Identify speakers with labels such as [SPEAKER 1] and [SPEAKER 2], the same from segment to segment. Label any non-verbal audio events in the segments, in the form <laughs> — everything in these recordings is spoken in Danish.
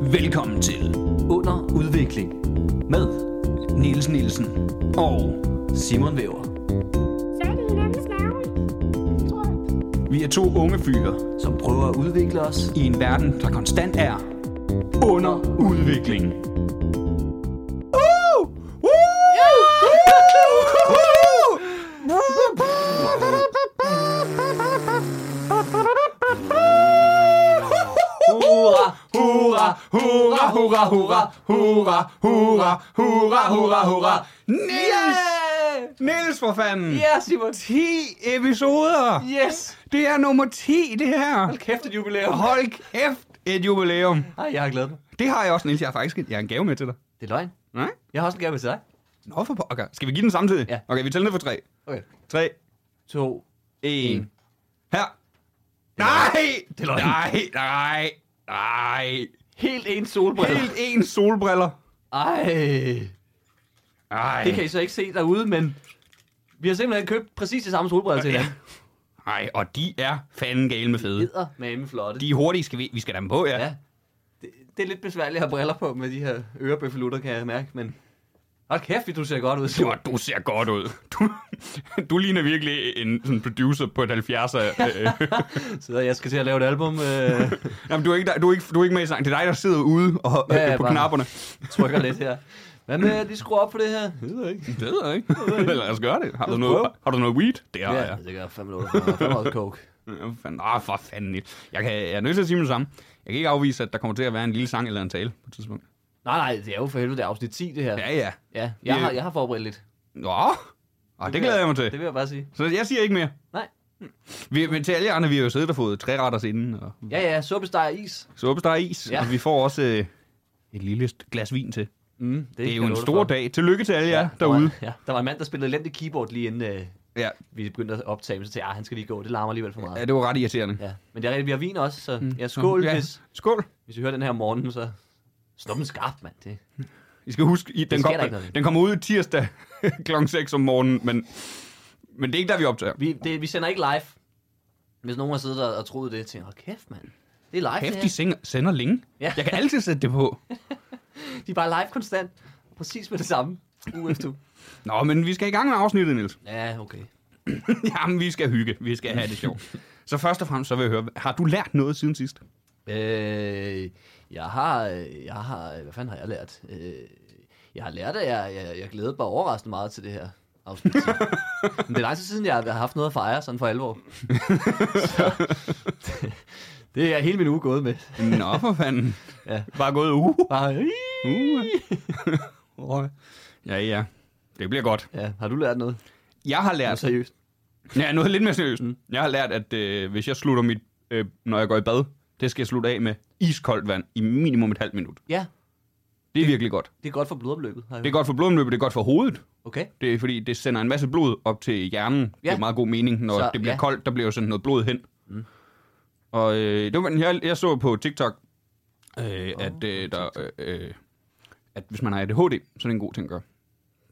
[SPEAKER 1] Velkommen til Under Udvikling med Niels Nielsen og Simon Væver.
[SPEAKER 2] fat i hinandens navle. Tror jeg.
[SPEAKER 1] Vi er to unge fyre
[SPEAKER 3] som prøver at udvikle os.
[SPEAKER 1] i en verden, der konstant er under udvikling.
[SPEAKER 3] Hurra,
[SPEAKER 1] Hurra, hurra, hurra, hurra, hurra, hurra, hurra, hurra, hurra. Niels! Niels for fanden!
[SPEAKER 3] Ja, Simon.
[SPEAKER 1] 10 episoder!
[SPEAKER 3] Yes.
[SPEAKER 1] Det er nummer 10, det her.
[SPEAKER 3] Hold kæft, et jubilæum.
[SPEAKER 1] Hold kæft, et jubilæum.
[SPEAKER 3] Ej, jeg har glædet mig.
[SPEAKER 1] Det har jeg også, Niels. Jeg har faktisk jeg har en gave med til dig.
[SPEAKER 3] Det er løgn.
[SPEAKER 1] Nej?
[SPEAKER 3] Jeg har også en gave med til dig.
[SPEAKER 1] Nå, for pokker. Skal vi give den samtidig?
[SPEAKER 3] Ja.
[SPEAKER 1] Okay, vi tæller ned for 3.
[SPEAKER 3] Okay.
[SPEAKER 1] 3,
[SPEAKER 3] To.
[SPEAKER 1] 1.
[SPEAKER 3] En.
[SPEAKER 1] Her. Nej!
[SPEAKER 3] Det er løgn.
[SPEAKER 1] Nej, nej, nej.
[SPEAKER 3] Helt en solbrille.
[SPEAKER 1] Helt en solbriller.
[SPEAKER 3] Ej.
[SPEAKER 1] Ej,
[SPEAKER 3] Det kan I så ikke se derude, men vi har simpelthen købt præcis de samme solbriller til hinanden.
[SPEAKER 1] Ej, og de er fanden gale med fede.
[SPEAKER 3] Edder med flotte.
[SPEAKER 1] De er hurtige, skal vi, vi skal da dem på, ja.
[SPEAKER 3] Ja. Det, det, er lidt besværligt at have briller på med de her ørebøffelutter, kan jeg mærke, men... Hold kæft, du ser godt ud,
[SPEAKER 1] Du,
[SPEAKER 3] Simon.
[SPEAKER 1] du ser godt ud. <laughs> Du, du ligner virkelig en sådan producer på et 70'er. <laughs> Øh,
[SPEAKER 3] Så jeg skal til at lave et album.
[SPEAKER 1] <laughs>
[SPEAKER 3] Øh,
[SPEAKER 1] Jamen, du er, ikke, der- du, er ikke, du er ikke med i sangen. Det er dig, der sidder ude og,
[SPEAKER 3] Ja,
[SPEAKER 1] ja,
[SPEAKER 3] ja,
[SPEAKER 1] på
[SPEAKER 3] bare-
[SPEAKER 1] knapperne.
[SPEAKER 3] trykker lidt her. Hvad med at lige skrue op på det her? Jeg ved ikke.
[SPEAKER 1] Det ved jeg ikke. Lad os gøre det. Har du
[SPEAKER 3] os
[SPEAKER 1] noget,
[SPEAKER 3] prøve.
[SPEAKER 1] har du noget weed? Det har
[SPEAKER 3] Ja,
[SPEAKER 1] jeg.
[SPEAKER 3] ja. det gør fem minutter. Fem minutter coke.
[SPEAKER 1] Øh, fanden- Ah, for fanden. Niels. Jeg, kan, jeg er nødt til at sige med det samme. Jeg kan ikke afvise, at der kommer til at være en lille sang eller en tale på et tidspunkt.
[SPEAKER 3] Nej, nej, det er jo for helvede, det er afsnit 10, det her.
[SPEAKER 1] Ja, ja.
[SPEAKER 3] ja jeg, har,
[SPEAKER 1] Det-
[SPEAKER 3] jeg har forberedt lidt.
[SPEAKER 1] Nå, og det glæder jeg mig
[SPEAKER 3] Det
[SPEAKER 1] til.
[SPEAKER 3] vil jeg bare sige.
[SPEAKER 1] Så jeg siger ikke mere.
[SPEAKER 3] Nej.
[SPEAKER 1] Vi, men til alle jer andre, vi har jo siddet og fået tre retters inden, og
[SPEAKER 3] Ja, ja, suppesteg og is.
[SPEAKER 1] suppesteg is, ja.
[SPEAKER 3] Ja.
[SPEAKER 1] og vi får også øh, et lille st- glas vin til.
[SPEAKER 3] Mm, det,
[SPEAKER 1] Det er
[SPEAKER 3] kan
[SPEAKER 1] jo
[SPEAKER 3] jeg
[SPEAKER 1] en
[SPEAKER 3] love dig
[SPEAKER 1] stor
[SPEAKER 3] for.
[SPEAKER 1] dag. Tillykke til alle jer
[SPEAKER 3] der var,
[SPEAKER 1] derude.
[SPEAKER 3] ja, der var en mand, der spillede elendig keyboard lige inden øh,
[SPEAKER 1] Ja,
[SPEAKER 3] vi begyndte at optage, men så tænkte jeg, "Ah, han skal lige gå, det larmer alligevel for meget.
[SPEAKER 1] ja, det var ret irriterende.
[SPEAKER 3] Ja. Men det er rigtigt, vi har vin også, så ja, skål,
[SPEAKER 1] Ja.
[SPEAKER 3] hvis,
[SPEAKER 1] Skål.
[SPEAKER 3] hvis I hører den her om morgenen, så snop den skarpt, mand. Det.
[SPEAKER 1] I skal huske, I, den,
[SPEAKER 3] sker
[SPEAKER 1] kom,
[SPEAKER 3] der ikke noget ved.
[SPEAKER 1] den kommer ud tirsdag <laughs> kl. 6 om morgenen, men, men det er ikke der, vi optager.
[SPEAKER 3] Vi, det, vi sender ikke live. Hvis nogen har siddet der og troet det, tænker jeg, "Hold kæft, mand. Det er live, det
[SPEAKER 1] Kæft,
[SPEAKER 3] her."
[SPEAKER 1] de sender, sender længe.
[SPEAKER 3] Ja.
[SPEAKER 1] Jeg kan altid sætte det på.
[SPEAKER 3] De er bare live konstant. Præcis med det samme. Uge efter uge.
[SPEAKER 1] Nå, men vi skal i gang med afsnittet, Niels. <laughs>
[SPEAKER 3] Ja, okay.
[SPEAKER 1] Jamen, vi skal hygge. Vi skal have det sjovt. Så først og fremmest, så vil jeg høre, har du lært noget siden sidst?
[SPEAKER 3] Øh, jeg har, jeg har, hvad fanden har jeg lært? Øh, jeg har lært, at jeg, jeg, jeg glæder mig overraskende meget til det her <laughs> afsnit. Men det er lang tid siden, jeg har haft noget at fejre, sådan for <laughs> alvor. Så, det er hele min uge gået med.
[SPEAKER 1] Nå, for fanden.
[SPEAKER 3] Ja.
[SPEAKER 1] Bare gået uge.
[SPEAKER 3] Bare, <laughs>
[SPEAKER 1] Uh. ja, ja. Det bliver godt.
[SPEAKER 3] ja, altså- har du lært noget?
[SPEAKER 1] Jeg har
[SPEAKER 3] Ja.
[SPEAKER 1] lært...
[SPEAKER 3] Seriøst.
[SPEAKER 1] Ja, noget lidt mere seriøst. Jeg har lært, at øh, hvis jeg slutter mit... Øh, når jeg går i bad, det skal jeg slutte af med iskoldt vand i minimum et halvt minut.
[SPEAKER 3] Ja,
[SPEAKER 1] Det er virkelig godt.
[SPEAKER 3] det er godt for blodomløbet. Har jeg
[SPEAKER 1] Det er
[SPEAKER 3] hørt.
[SPEAKER 1] godt for blodomløbet, det er godt for hovedet.
[SPEAKER 3] Okay.
[SPEAKER 1] Det er fordi, det sender en masse blod op til hjernen. Ja. Det
[SPEAKER 3] Ja.
[SPEAKER 1] er meget god mening, når så,
[SPEAKER 3] Så,
[SPEAKER 1] det bliver ja.
[SPEAKER 3] ja.
[SPEAKER 1] koldt, der bliver jo sådan noget blod hen. Mm. Og øh, det var, jeg, jeg så på TikTok, øh, oh, at, øh, der, øh, øh, at hvis man har ADHD, så er det en god ting at gøre.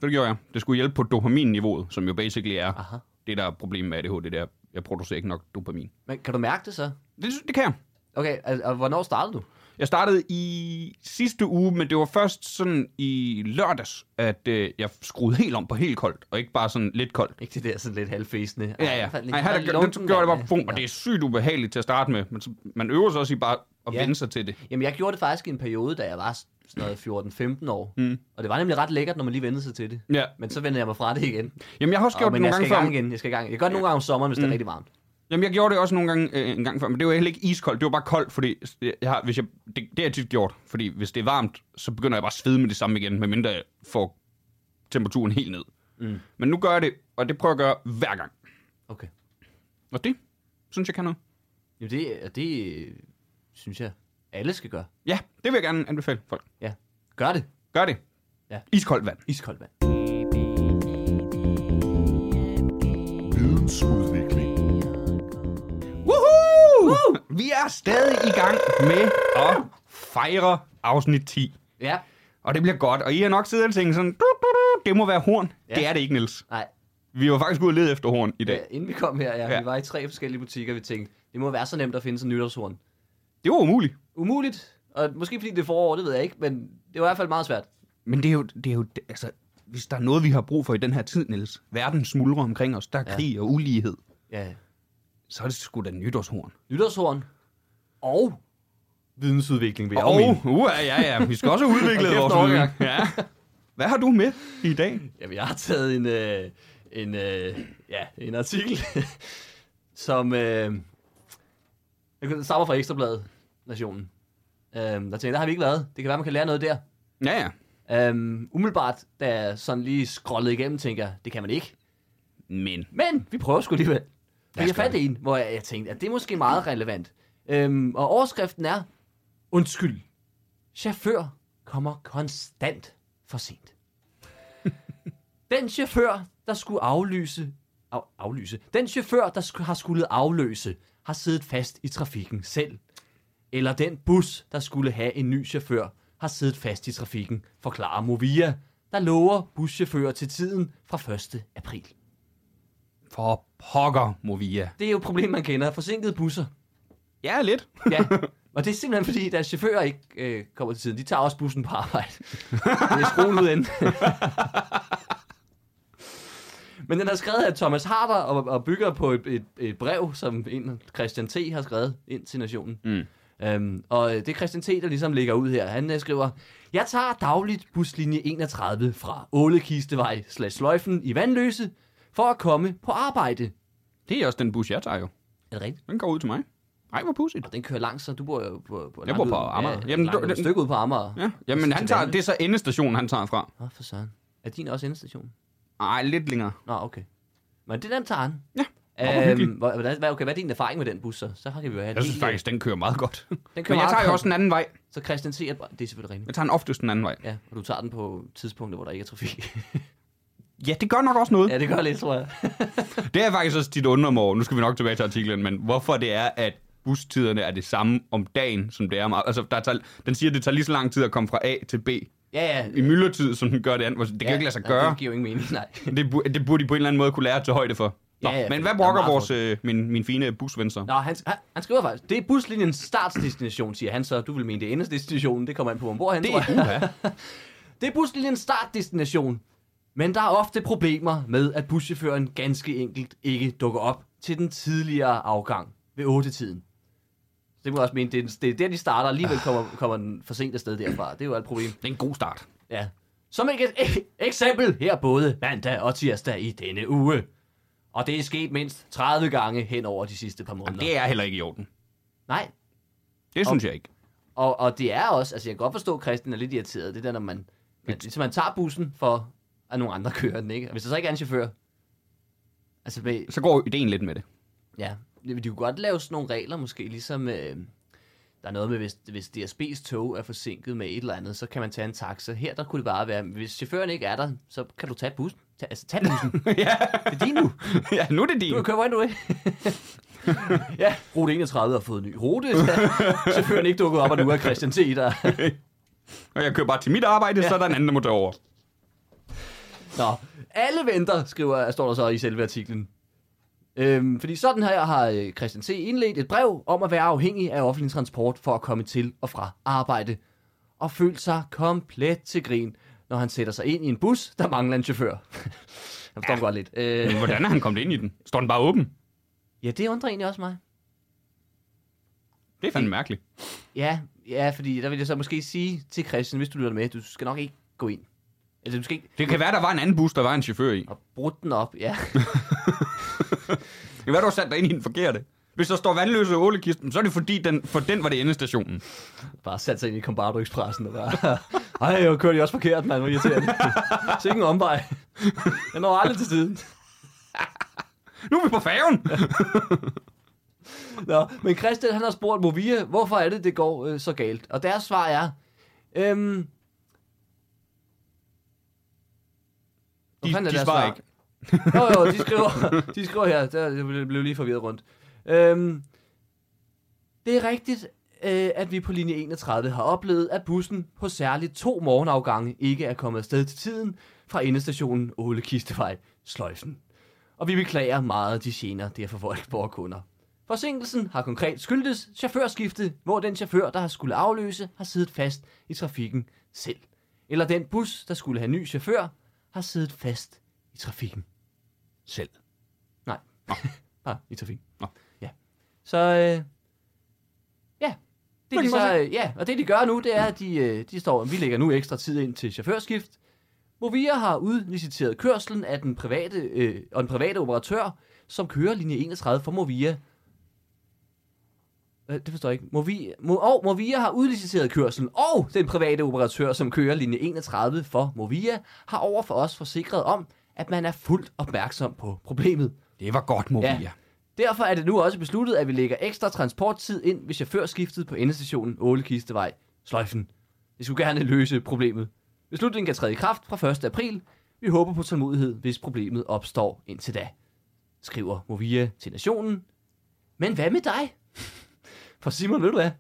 [SPEAKER 1] Så det gjorde jeg. Det skulle hjælpe på dopaminniveauet, som jo basically er Aha.
[SPEAKER 3] Aha.
[SPEAKER 1] det, der er problemet med ADHD, det er, at jeg producerer ikke nok dopamin.
[SPEAKER 3] Men kan du mærke det så?
[SPEAKER 1] Det, det kan jeg.
[SPEAKER 3] Okay, altså, og hvornår startede du? <laughs>
[SPEAKER 1] Jeg startede i sidste uge, men det var først sådan i lørdags, at øh, jeg skruede helt om på helt koldt, og ikke bare sådan lidt koldt.
[SPEAKER 3] Ikke det der sådan lidt halvfæsende.
[SPEAKER 1] Ja, ja. Ej, her, der, det, det gjorde det bare bum, og det er sygt ubehageligt til at starte med. Men så, man øver sig også i bare at ja.
[SPEAKER 3] Ja.
[SPEAKER 1] vende sig til det.
[SPEAKER 3] Jamen, jeg gjorde det faktisk i en periode, da jeg var sådan noget 14-15 år. Mm. Og det var nemlig ret lækkert, når man lige vendte sig til det.
[SPEAKER 1] Ja.
[SPEAKER 3] Men så vendte jeg mig fra det igen.
[SPEAKER 1] Jamen, jeg har også gjort
[SPEAKER 3] Og,
[SPEAKER 1] oh, det
[SPEAKER 3] men jeg
[SPEAKER 1] nogle
[SPEAKER 3] skal
[SPEAKER 1] gange
[SPEAKER 3] i gang
[SPEAKER 1] før.
[SPEAKER 3] igen. Jeg skal i gang. Jeg gør det nogle gange om sommeren, hvis mm. det er rigtig varmt.
[SPEAKER 1] Jamen, jeg gjorde det også nogle gange øh, en gang før, men det var heller ikke iskoldt. Det var bare koldt, fordi jeg har, hvis jeg, det, det har jeg tit gjort. Fordi hvis det er varmt, så begynder jeg bare at svede med det samme igen, medmindre jeg får temperaturen helt ned. Mm. Men nu gør jeg det, og det prøver jeg at gøre hver gang.
[SPEAKER 3] Okay.
[SPEAKER 1] Og det synes jeg kan noget.
[SPEAKER 3] Jamen, det, og det øh, synes jeg, alle skal gøre.
[SPEAKER 1] Ja, det vil jeg gerne anbefale folk.
[SPEAKER 3] Ja. Gør det.
[SPEAKER 1] Gør det.
[SPEAKER 3] Ja.
[SPEAKER 1] Iskoldt vand.
[SPEAKER 3] Iskoldt vand.
[SPEAKER 1] Woohoo! Woo! Vi er stadig i gang med at fejre afsnit 10.
[SPEAKER 3] Ja.
[SPEAKER 1] Og det bliver godt. Og I har nok siddet og tænkt sådan, du, du, du, det må være horn. Ja.
[SPEAKER 3] Ja.
[SPEAKER 1] Det er det ikke, Niels.
[SPEAKER 3] Nej.
[SPEAKER 1] Vi var faktisk ude og lede efter horn i dag.
[SPEAKER 3] Ja, inden vi kom her, ja,
[SPEAKER 1] Ja.
[SPEAKER 3] ja. vi var i tre forskellige butikker, vi tænkte, det må være så nemt at finde sådan en nytårshorn.
[SPEAKER 1] Det var umuligt.
[SPEAKER 3] Umuligt. Og måske fordi det er forår, det ved jeg ikke, men det var i hvert fald meget svært.
[SPEAKER 1] Men det er jo, det er jo altså, hvis der er noget, vi har brug for i den her tid, Niels, verden smuldrer omkring os, der er
[SPEAKER 3] Ja.
[SPEAKER 1] krig og ulighed,
[SPEAKER 3] Ja.
[SPEAKER 1] så er det sgu da nytårshorn.
[SPEAKER 3] Nytårshorn og vidensudvikling, vil jeg
[SPEAKER 1] Og,
[SPEAKER 3] jo mene.
[SPEAKER 1] uh, ja, ja, vi skal også have udviklet
[SPEAKER 3] Hold kæft,
[SPEAKER 1] vores
[SPEAKER 3] overgang.
[SPEAKER 1] viden. Ja. Hvad har du med i dag?
[SPEAKER 3] Jamen, jeg har taget en, øh, en, øh, ja, en artikel, <laughs> som øh, den stammer fra Ekstrabladet, Nationen. Øh, der tænkte jeg, der har vi ikke været. Det kan være, man kan lære noget der.
[SPEAKER 1] Ja, ja.
[SPEAKER 3] Øh, umiddelbart, da jeg sådan lige scrollede igennem, tænker jeg, det kan man ikke.
[SPEAKER 1] Men.
[SPEAKER 3] Men vi prøver sgu alligevel.
[SPEAKER 1] Lad
[SPEAKER 3] Men
[SPEAKER 1] os
[SPEAKER 3] jeg fandt
[SPEAKER 1] gøre
[SPEAKER 3] en, hvor jeg, jeg tænkte, at det er måske meget relevant. Øhm, og overskriften er, undskyld, chauffør kommer konstant for
[SPEAKER 1] <laughs>
[SPEAKER 3] sent. Den chauffør, der skulle aflyse, af, aflyse, den chauffør, der sku, har skulle afløse, har siddet fast i trafikken selv. Eller den bus, der skulle have en ny chauffør, har siddet fast i trafikken, forklarer Movia, der lover buschauffører til tiden fra 1. april.
[SPEAKER 1] For pokker, Movia.
[SPEAKER 3] Det er jo et problem, man kender. Forsinkede busser.
[SPEAKER 1] Ja, lidt.
[SPEAKER 3] Ja. Og det er simpelthen, fordi deres chauffører ikke øh, kommer til tiden. De tager også bussen på arbejde. det er skole uden. Men den er skrevet af Thomas Harder og, og bygger på et, et, et brev, som en Christian T. har skrevet ind til Nationen.
[SPEAKER 1] Mm.
[SPEAKER 3] Øhm, og øh, det er Christian T., der ligesom ligger ud her. Han øh, skriver, Jeg tager dagligt buslinje 31 fra Ålekistevej slash Sløjfen i Vandløse for at komme på arbejde.
[SPEAKER 1] Det er også den bus, jeg tager jo.
[SPEAKER 3] Er det rigtigt?
[SPEAKER 1] Den går ud til mig. Ej, hvor pudsigt.
[SPEAKER 3] Og den kører langt, så du bor jo på, på
[SPEAKER 1] Jeg bor på Amager.
[SPEAKER 3] Ja,
[SPEAKER 1] Jamen,
[SPEAKER 3] Jamen, langt,
[SPEAKER 1] du-
[SPEAKER 3] du, et
[SPEAKER 1] den-
[SPEAKER 3] stykke ud på Amager. Ja.
[SPEAKER 1] Ja, jamen
[SPEAKER 3] til
[SPEAKER 1] han tager,
[SPEAKER 3] Danmark.
[SPEAKER 1] det er så endestationen, han tager fra.
[SPEAKER 3] Nå, for søren. Er din også endestation?
[SPEAKER 1] Ej, lidt længere.
[SPEAKER 3] Nå, okay. Men det er den, tager han.
[SPEAKER 1] Ja, hvor hyggeligt.
[SPEAKER 3] Øhm, hvor- hvordan, hvad, okay, hvad er din erfaring med den bus så? Så har vi jo have
[SPEAKER 1] Jeg synes
[SPEAKER 3] lige-
[SPEAKER 1] faktisk, den kører meget godt.
[SPEAKER 3] den kører
[SPEAKER 1] Men jeg
[SPEAKER 3] meget
[SPEAKER 1] tager jo
[SPEAKER 3] godt.
[SPEAKER 1] også en anden vej.
[SPEAKER 3] Så Christian siger, at det er selvfølgelig rigtigt.
[SPEAKER 1] Jeg tager den oftest den anden vej.
[SPEAKER 3] Ja, og du tager den på tidspunkter, hvor der ikke er trafik. <laughs>
[SPEAKER 1] Ja, det gør nok også noget.
[SPEAKER 3] ja, det gør lidt, tror jeg.
[SPEAKER 1] Det er faktisk også dit undre mig over. Nu skal vi nok tilbage til artiklen, men hvorfor det er, at bustiderne er det samme om dagen, som det er om... Altså, der tager, den siger, at det tager lige så lang tid at komme fra A til B
[SPEAKER 3] Ja, ja.
[SPEAKER 1] i myldretid, som den gør det andet. hvor- Det kan ja,
[SPEAKER 3] ja,
[SPEAKER 1] ikke lade sig
[SPEAKER 3] Ja,
[SPEAKER 1] gøre.
[SPEAKER 3] det giver jo ingen mening, nej.
[SPEAKER 1] Det, bu- det burde de på en eller anden måde kunne lære at tage højde for. Nå,
[SPEAKER 3] Ja, ja,
[SPEAKER 1] men
[SPEAKER 3] for
[SPEAKER 1] hvad
[SPEAKER 3] der er
[SPEAKER 1] brokker
[SPEAKER 3] meget
[SPEAKER 1] vores, øh, min, min fine busven så?
[SPEAKER 3] Nå, han, han, han skriver faktisk, det er buslinjens startsdestination, siger han så. Du vil mene, det er endesdestinationen. Det kommer an på, hvor han bor hen,
[SPEAKER 1] Det
[SPEAKER 3] tror
[SPEAKER 1] er
[SPEAKER 3] jeg.
[SPEAKER 1] uha.
[SPEAKER 3] Det er buslinjens startdestination, men der er ofte problemer med, at buschaufføren ganske enkelt ikke dukker op til den tidligere afgang ved 8-tiden. Så det må jeg også mene, det er, det er der, de starter, alligevel kommer, kommer den for sent afsted derfra. <laughs> Det er jo et problem.
[SPEAKER 1] Det er en god start.
[SPEAKER 3] Ja. Som et ek- eksempel her både mandag og tirsdag i denne uge. Og det er sket mindst 30 gange hen over de sidste par måneder.
[SPEAKER 1] Det er heller ikke i orden.
[SPEAKER 3] Nej,
[SPEAKER 1] Det synes jeg ikke.
[SPEAKER 3] Og, og det er også, altså jeg kan godt forstå, at Christian er lidt irriteret. Det der, når man, man, så man tager bussen for, at nogle andre <laughs> kører den, ikke? Og hvis der så ikke er en chauffør, altså, med,
[SPEAKER 1] Så går ideen lidt
[SPEAKER 3] <laughs>
[SPEAKER 1] med det.
[SPEAKER 3] ja, de de kunne godt lave sådan nogle regler, måske ligesom, øh, der er noget med, hvis, hvis DSB's tog er forsinket med et eller andet, så kan man tage en taxa. Her, der kunne det bare være, hvis chaufføren ikke er der, så kan du tage bussen. Ta, altså, tag <laughs> bussen.
[SPEAKER 1] ja.
[SPEAKER 3] Det er din nu.
[SPEAKER 1] ja, nu er det
[SPEAKER 3] Du
[SPEAKER 1] din.
[SPEAKER 3] kan køre, hvordan du vil. <laughs> ja, rute 31 har fået en ny <laughs> rute. Chaufføren er ikke dukket op, og nu er Christian T. der.
[SPEAKER 1] Og jeg kører bare til mit arbejde, så er der en anden, der må tage over.
[SPEAKER 3] Nå, alle venter, skriver, står der så i selve artiklen. Øhm, fordi sådan her har øh, Christian C. indledt et brev om at være afhængig af offentlig transport for at komme til og fra arbejde. Og følt sig komplet til grin, når han sætter sig ind i en bus, der mangler en chauffør. <laughs> Jeg forstår ja. godt lidt. Øh,
[SPEAKER 1] Men hvordan er han kommet ind i den? Står den bare åben?
[SPEAKER 3] ja, det undrer egentlig også mig.
[SPEAKER 1] Det er fandme mærkeligt.
[SPEAKER 3] Ja, ja, fordi der vil jeg så måske sige til Christian, hvis du lytter med, du skal nok ikke gå ind. Altså, du skal ikke
[SPEAKER 1] Det kan være, der var en anden bus, der var en chauffør i.
[SPEAKER 3] og brudt den op, ja.
[SPEAKER 1] Det kan være, du har sat dig ind i den forkerte. Hvis der står vandløse ålekisten, så er det fordi, den, for den var det endestationen.
[SPEAKER 3] bare sat sig ind i Combardo Expressen og bare, ej, jeg kørte de også forkert, mand, hvor irriterende. <laughs> Sikke en omvej. Jeg når aldrig til tiden.
[SPEAKER 1] Nu er vi på
[SPEAKER 3] <laughs>
[SPEAKER 1] færgen!
[SPEAKER 3] Nå, men Christian, han har spurgt Movia, hvorfor er det, det går øh, så galt? Og deres svar er, øhm, Hvor
[SPEAKER 1] De-
[SPEAKER 3] fanden er
[SPEAKER 1] de
[SPEAKER 3] deres
[SPEAKER 1] svarer
[SPEAKER 3] svar?
[SPEAKER 1] ikke.
[SPEAKER 3] <laughs> jo, jo, de skriver, <laughs> de skriver her. Der, jeg blev- blev lige forvirret rundt. Øhm, det er rigtigt, øh, at vi på linje 31 har oplevet, at bussen på særligt to morgenafgange ikke er kommet afsted til tiden fra endestationen Åle Kistevej, Sløjfen. Og vi beklager meget de gener, det har forvoldt vores kunder. Forsinkelsen har konkret skyldtes chaufførskifte, hvor den chauffør, der har skulle afløse, har siddet fast i trafikken selv. Eller den bus, der skulle have ny chauffør, har siddet fast i trafikken.
[SPEAKER 1] Selv.
[SPEAKER 3] Nej. Bare i trafikken.
[SPEAKER 1] Nå.
[SPEAKER 3] Ja. Så, øh, ja. Det,
[SPEAKER 1] Men
[SPEAKER 3] de så,
[SPEAKER 1] hvorfor-
[SPEAKER 3] øh, ja. Og det, de gør nu, det er, at de, øh, de står, vi lægger nu ekstra tid ind til chaufførskift. Movia har udliciteret kørselen af den private, øh, og den private operatør, som kører linje 31 for Movia. Hvad? Det forstår jeg ikke. Movia, Mo, og Movia har udliciteret kørselen, og den private operatør, som kører linje 31 for Movia, har over for os forsikret om, at man er fuldt opmærksom på problemet.
[SPEAKER 1] Det var godt, Movia. Ja.
[SPEAKER 3] Derfor er det nu også besluttet, at vi lægger ekstra transporttid ind ved chaufførskiftet på endestationen Ålekistevej, Sløjfen. Det skulle gerne løse problemet. Beslutningen kan træde i kraft fra 1. april. Vi håber på tålmodighed, hvis problemet opstår indtil da, skriver Movia til Nationen. Men hvad med dig? <laughs> For Simon, ved du hvad?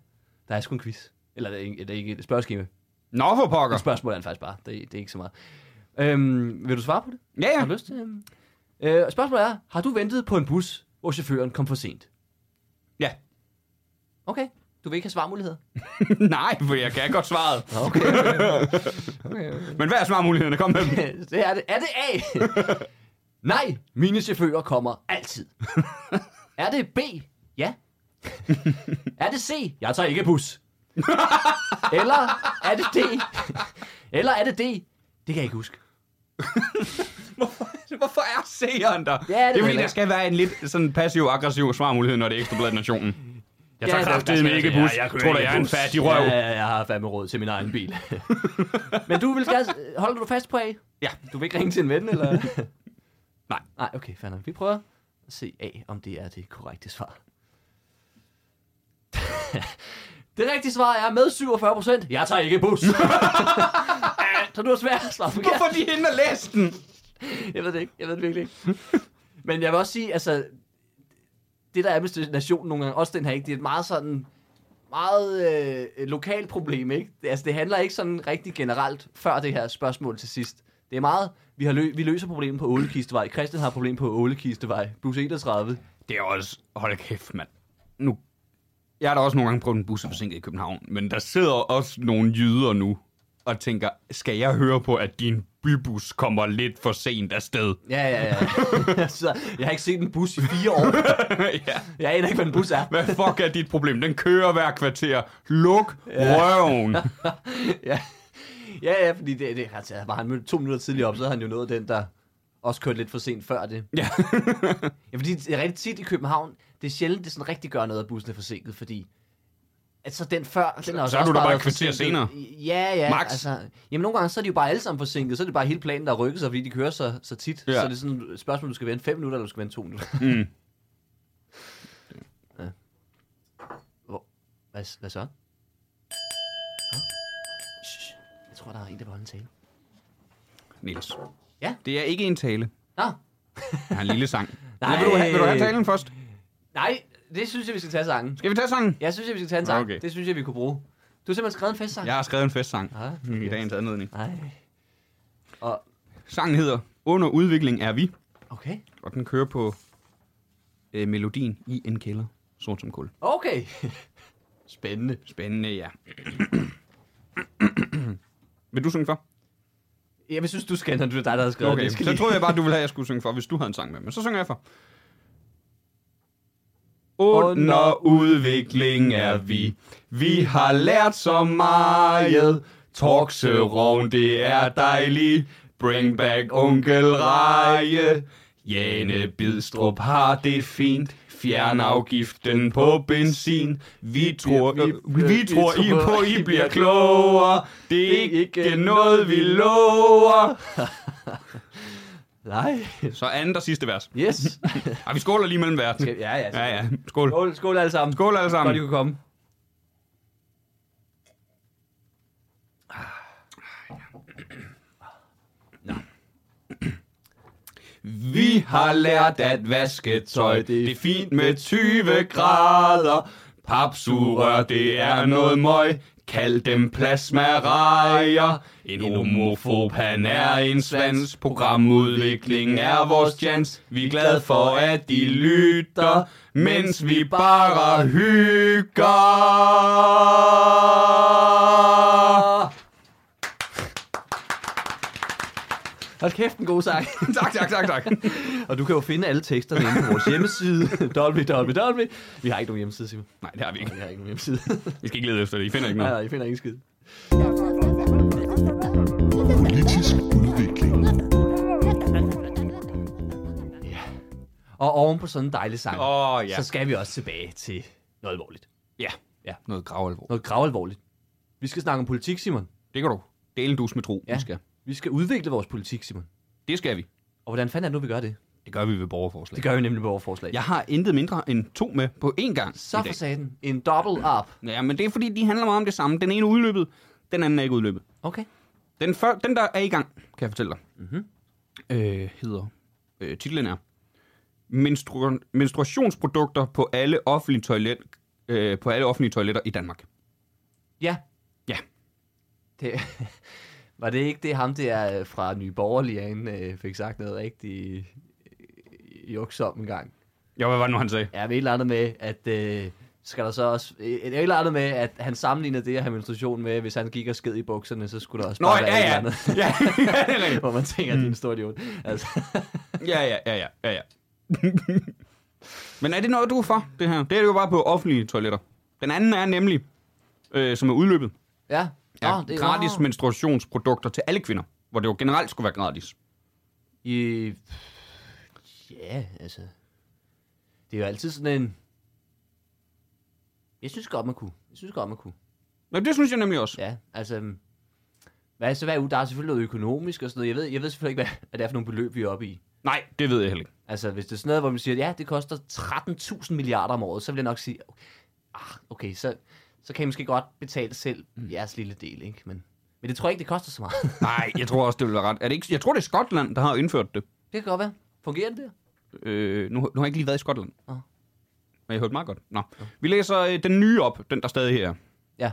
[SPEAKER 3] Der er sgu en quiz. Eller det er ikke, det er ikke et spørgeskema.
[SPEAKER 1] Nå, for pokker.
[SPEAKER 3] Et spørgsmål er det faktisk bare. Det, det er ikke så meget. Øhm, vil du svare på det?
[SPEAKER 1] Ja,
[SPEAKER 3] Har
[SPEAKER 1] ja.
[SPEAKER 3] du lyst til? øhm? Øh, spørgsmålet er, har du ventet på en bus, hvor chaufføren kom for sent?
[SPEAKER 1] ja. <laughs>
[SPEAKER 3] Okay, du vil ikke have svarmuligheder?
[SPEAKER 1] Nej, for jeg kan godt svaret. <laughs>
[SPEAKER 3] Okay.
[SPEAKER 1] Men hvad er svarmulighederne? Kom
[SPEAKER 3] <laughs>
[SPEAKER 1] med dem.
[SPEAKER 3] det er det. Er det A? Nej, mine chauffører kommer altid. Er det B? Ja. Er det C? Jeg tager ikke bus. Eller er det D? Eller er det D? Det kan jeg ikke huske.
[SPEAKER 1] Hvorfor, hvorfor er seeren der?
[SPEAKER 3] det er
[SPEAKER 1] det er fordi,
[SPEAKER 3] heller
[SPEAKER 1] der
[SPEAKER 3] ikke.
[SPEAKER 1] skal være en lidt sådan passiv-aggressiv svarmulighed, når det er ekstrabladet nationen. Altså, Jeg
[SPEAKER 3] Ja,
[SPEAKER 1] tager
[SPEAKER 3] der-
[SPEAKER 1] ja,
[SPEAKER 3] der
[SPEAKER 1] kraftedeme med
[SPEAKER 3] skal
[SPEAKER 1] ikke
[SPEAKER 3] altså, jeg-
[SPEAKER 1] bus.
[SPEAKER 3] ja, jeg kører
[SPEAKER 1] Tror du,
[SPEAKER 3] ikke
[SPEAKER 1] jeg er en
[SPEAKER 3] bus.
[SPEAKER 1] fattig
[SPEAKER 3] Ja,
[SPEAKER 1] røv?
[SPEAKER 3] ja, ja, jeg har fandme råd til min egen bil. <laughs> Men du vil gerne... Holder du fast på A?
[SPEAKER 1] Ja.
[SPEAKER 3] Du vil ikke ringe til en ven, eller?
[SPEAKER 1] Nej.
[SPEAKER 3] Nej, okay, fair nok. Vi prøver at se af, om det er det korrekte svar. <laughs> det rigtige svar er med 47 procent. Jeg tager ikke bus. <laughs> Så du har svært at svare forkert.
[SPEAKER 1] Hvorfor er de henne og læse den?
[SPEAKER 3] Jeg ved det ikke. Jeg ved det virkelig ikke. Men jeg vil også sige, altså... Det, der er med nationen nogle gange, også den her, ikke? Det er et meget sådan... Meget øh, lokalt problem, ikke? Det- Altså, det handler ikke sådan rigtig generelt før det her spørgsmål til sidst. Det er meget... Vi, har lø- vi løser problemet på Ålekistevej. Christian har et problem på Ålekistevej. Bus 31.
[SPEAKER 1] Det er også... Hold kæft, mand. Nu... Jeg har da også nogle gange prøvet en bus der er forsinket i København, men der sidder også nogle jyder nu og tænker, skal jeg høre på, at din bybus kommer lidt for sent afsted? <laughs>
[SPEAKER 3] Ja, ja, <laughs> ja. Så, jeg har ikke set en bus i fire år.
[SPEAKER 1] ja.
[SPEAKER 3] Jeg aner ikke, hvad en bus er.
[SPEAKER 1] Hvad fuck er dit problem? Den kører hver kvarter. Luk røven.
[SPEAKER 3] ja. ja, ja, fordi det, det altså, var han mødt to minutter tidligere op, så havde han jo nået den, der også kørte lidt for sent før det.
[SPEAKER 1] <laughs> Ja.
[SPEAKER 3] ja, fordi det er rigtig tit i København, det er sjældent, det sådan rigtig gør noget, at bussen er forsinket, fordi at så den før, den er også
[SPEAKER 1] så er du der
[SPEAKER 3] også
[SPEAKER 1] bare
[SPEAKER 3] været
[SPEAKER 1] et kvarter
[SPEAKER 3] forsinket.
[SPEAKER 1] senere.
[SPEAKER 3] Ja, ja.
[SPEAKER 1] Max.
[SPEAKER 3] Altså, jamen nogle gange, så er de jo bare alle sammen forsinket, så er det bare hele planen, der rykker sig, fordi de kører så, så tit.
[SPEAKER 1] Ja.
[SPEAKER 3] Så er det sådan et spørgsmål, du skal vente fem minutter, eller du skal vente to minutter.
[SPEAKER 1] Mm.
[SPEAKER 3] Ja. Hvor? Hvad, hvad så? Nå. Shh. Jeg tror, der er en, der vil holde en tale.
[SPEAKER 1] Niels.
[SPEAKER 3] Ja?
[SPEAKER 1] Det er ikke en tale.
[SPEAKER 3] Nå,
[SPEAKER 1] Jeg har en lille sang.
[SPEAKER 3] Nej.
[SPEAKER 1] Nej. Vil, du have, vil du have talen først?
[SPEAKER 3] nej, det synes jeg, vi skal tage sangen.
[SPEAKER 1] Skal vi tage sangen?
[SPEAKER 3] Jeg synes, jeg, vi skal tage en sang.
[SPEAKER 1] Okay.
[SPEAKER 3] Det synes jeg, vi kunne bruge. Du har simpelthen skrevet en festsang.
[SPEAKER 1] Jeg har skrevet en festsang
[SPEAKER 3] Ah,
[SPEAKER 1] i dagens anledning.
[SPEAKER 3] Nej. Og,
[SPEAKER 1] Sangen hedder Under udvikling er vi,
[SPEAKER 3] okay.
[SPEAKER 1] og den kører på øh, melodien i en kælder, sort som kul.
[SPEAKER 3] Okay. <laughs> Spændende.
[SPEAKER 1] Spændende, ja. <clears throat> Vil du synge for?
[SPEAKER 3] Jeg synes, du skal, når du er dig, der har skrevet
[SPEAKER 1] Okay,
[SPEAKER 3] det. Skal
[SPEAKER 1] så
[SPEAKER 3] lige-
[SPEAKER 1] troede jeg bare, du ville have, at jeg skulle synge for, hvis du havde en sang med. Men så synger jeg for. Under udvikling er vi. Vi har lært så meget. Torkserovn, det er dejligt. Bring back onkel Reje. Jane Bidstrup har det fint. Fjern afgiften på benzin. Vi tror, vi, vi tror I på, I bliver klogere. Det er ikke noget, vi lover.
[SPEAKER 3] Nej.
[SPEAKER 1] Så andet og sidste vers.
[SPEAKER 3] Yes.
[SPEAKER 1] Ej, vi skåler lige mellem verden.
[SPEAKER 3] Skal- ja, ja.
[SPEAKER 1] Ja, altså- ja. Skål.
[SPEAKER 3] Skål, skål alle sammen.
[SPEAKER 1] Skål alle
[SPEAKER 3] Godt, I
[SPEAKER 1] sammen.
[SPEAKER 3] kunne komme.
[SPEAKER 1] Vi har lært at vaske tøj. Det er fint med 20 grader. Papsugerør, det er noget møg. Kald dem plasmarejer. En homofob, han er en svans. Programudvikling er vores chance. Vi er glade for, at de lytter, mens vi bare hygger.
[SPEAKER 3] Hold kæft, en god sang.
[SPEAKER 1] <laughs> tak, tak, tak, tak.
[SPEAKER 3] <laughs> og du kan jo finde alle teksterne inde på vores hjemmeside. <laughs> www. Vi har ikke nogen hjemmeside, Simon.
[SPEAKER 1] Nej, det har vi ikke.
[SPEAKER 3] Vi har ikke nogen hjemmeside.
[SPEAKER 1] Vi skal ikke lede efter det. I finder ikke
[SPEAKER 3] <laughs> Nej,
[SPEAKER 1] noget.
[SPEAKER 3] nej, I finder ingen skid.
[SPEAKER 4] Politisk udvikling.
[SPEAKER 3] Og oven på sådan en dejlig sang,
[SPEAKER 1] Åh, ja.
[SPEAKER 3] så skal vi også tilbage til noget alvorligt.
[SPEAKER 1] Ja.
[SPEAKER 3] Ja.
[SPEAKER 1] Noget gravalvor.
[SPEAKER 3] Noget gravalvorligt. Vi skal snakke om politik, Simon.
[SPEAKER 1] Det kan du. Dele en dus med tro.
[SPEAKER 3] Ja.
[SPEAKER 1] Ja. Skal.
[SPEAKER 3] Vi skal udvikle vores politik, Simon.
[SPEAKER 1] Det skal vi.
[SPEAKER 3] Og hvordan fanden er det nu, vi gør det?
[SPEAKER 1] Det gør vi ved borgerforslag.
[SPEAKER 3] Det gør vi nemlig med vores forslag.
[SPEAKER 1] Jeg har intet mindre end to med på én gang
[SPEAKER 3] Så
[SPEAKER 1] i
[SPEAKER 3] for
[SPEAKER 1] dag.
[SPEAKER 3] satan. En double up.
[SPEAKER 1] Ja, men det er fordi, de handler meget om det samme. Den ene er udløbet, den anden er ikke udløbet.
[SPEAKER 3] Okay.
[SPEAKER 1] Den, før, den der er i gang, kan jeg fortælle dig,
[SPEAKER 3] Mhm.
[SPEAKER 1] mm-hmm. øh, hedder, øh, titlen er, Menstru- menstruationsprodukter på alle offentlige, toilet, øh, på alle offentlige toiletter i Danmark.
[SPEAKER 3] Ja.
[SPEAKER 1] Ja.
[SPEAKER 3] Det, <laughs> var det ikke det ham der øh, fra Nye Borgerlige, han øh, fik sagt noget rigtig øh, juks om en gang?
[SPEAKER 1] Jo, hvad var det nu, han sagde?
[SPEAKER 3] Ja, men et eller andet med, at... Øh, skal der så også... Et, et eller andet med, at han sammenlignede det at have menstruation med, hvis han gik og sked i bukserne, så skulle der også
[SPEAKER 1] Nå,
[SPEAKER 3] bare
[SPEAKER 1] ja,
[SPEAKER 3] være et eller
[SPEAKER 1] ja.
[SPEAKER 3] andet.
[SPEAKER 1] ja, <laughs> ja, det er rigtigt.
[SPEAKER 3] <laughs> Hvor man tænker, at det er en stor idiot. Altså, <laughs>
[SPEAKER 1] ja, ja, ja, ja, ja, ja. Men er det noget, du er for, det her? Det er det jo bare på offentlige toiletter. Den anden er nemlig, øh, som er udløbet,
[SPEAKER 3] ja.
[SPEAKER 1] er
[SPEAKER 3] Nå,
[SPEAKER 1] gratis
[SPEAKER 3] nå.
[SPEAKER 1] menstruationsprodukter til alle kvinder, hvor det jo generelt skulle være gratis.
[SPEAKER 3] I... Ja, altså... Det er jo altid sådan en... Jeg synes godt, man kunne. Jeg synes godt, man kunne.
[SPEAKER 1] Men det synes jeg nemlig også.
[SPEAKER 3] Ja, altså... øhm, Hvad så hver uge? Der er selvfølgelig noget økonomisk og sådan noget. Jeg ved, jeg ved selvfølgelig ikke, hvad, hvad det er for nogle beløb, vi er oppe i.
[SPEAKER 1] Nej, det ved jeg heller ikke.
[SPEAKER 3] Altså, hvis det er sådan noget, hvor man siger, ja, det koster 13.000 milliarder om året, så vil jeg nok sige, ah, okay, så, så kan I måske godt betale selv jeres lille del, ikke? Men, men det tror jeg ikke, det koster så meget. <laughs>
[SPEAKER 1] Nej, jeg tror også, det vil være ret. Er det ikke? Jeg tror, det er Skotland, der har indført det.
[SPEAKER 3] det kan godt være. Fungerer det der?
[SPEAKER 1] Øh, nu, nu har jeg ikke lige været i Skotland.
[SPEAKER 3] Nå.
[SPEAKER 1] Men jeg hørte meget godt. Nå. Vi læser øh, den nye op, den der stadig her.
[SPEAKER 3] Ja.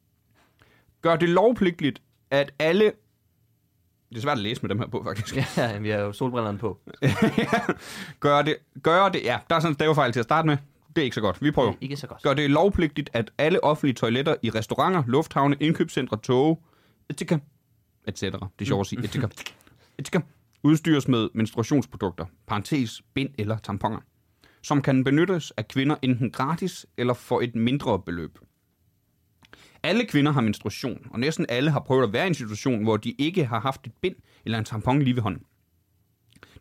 [SPEAKER 3] <laughs>
[SPEAKER 1] Gør det lovpligtigt, at alle... Det er svært at læse med dem her på, faktisk.
[SPEAKER 3] Ja, vi har jo solbrillerne på.
[SPEAKER 1] Gør det, gør det, ja, der er sådan en stavefejl til at starte med. Det er ikke så godt. Vi prøver.
[SPEAKER 3] Ikke så godt.
[SPEAKER 1] Gør det lovpligtigt, at alle offentlige toiletter i restauranter, lufthavne, indkøbscentre, toge, etika, etc. Det er sjovt at sige, etika. Etika. Udstyres med menstruationsprodukter, parentes, bind eller tamponer, som kan benyttes af kvinder enten gratis eller for et mindre beløb. Alle kvinder har menstruation, og næsten alle har prøvet at være i en situation, hvor de ikke har haft et bind eller en tampon lige ved hånden.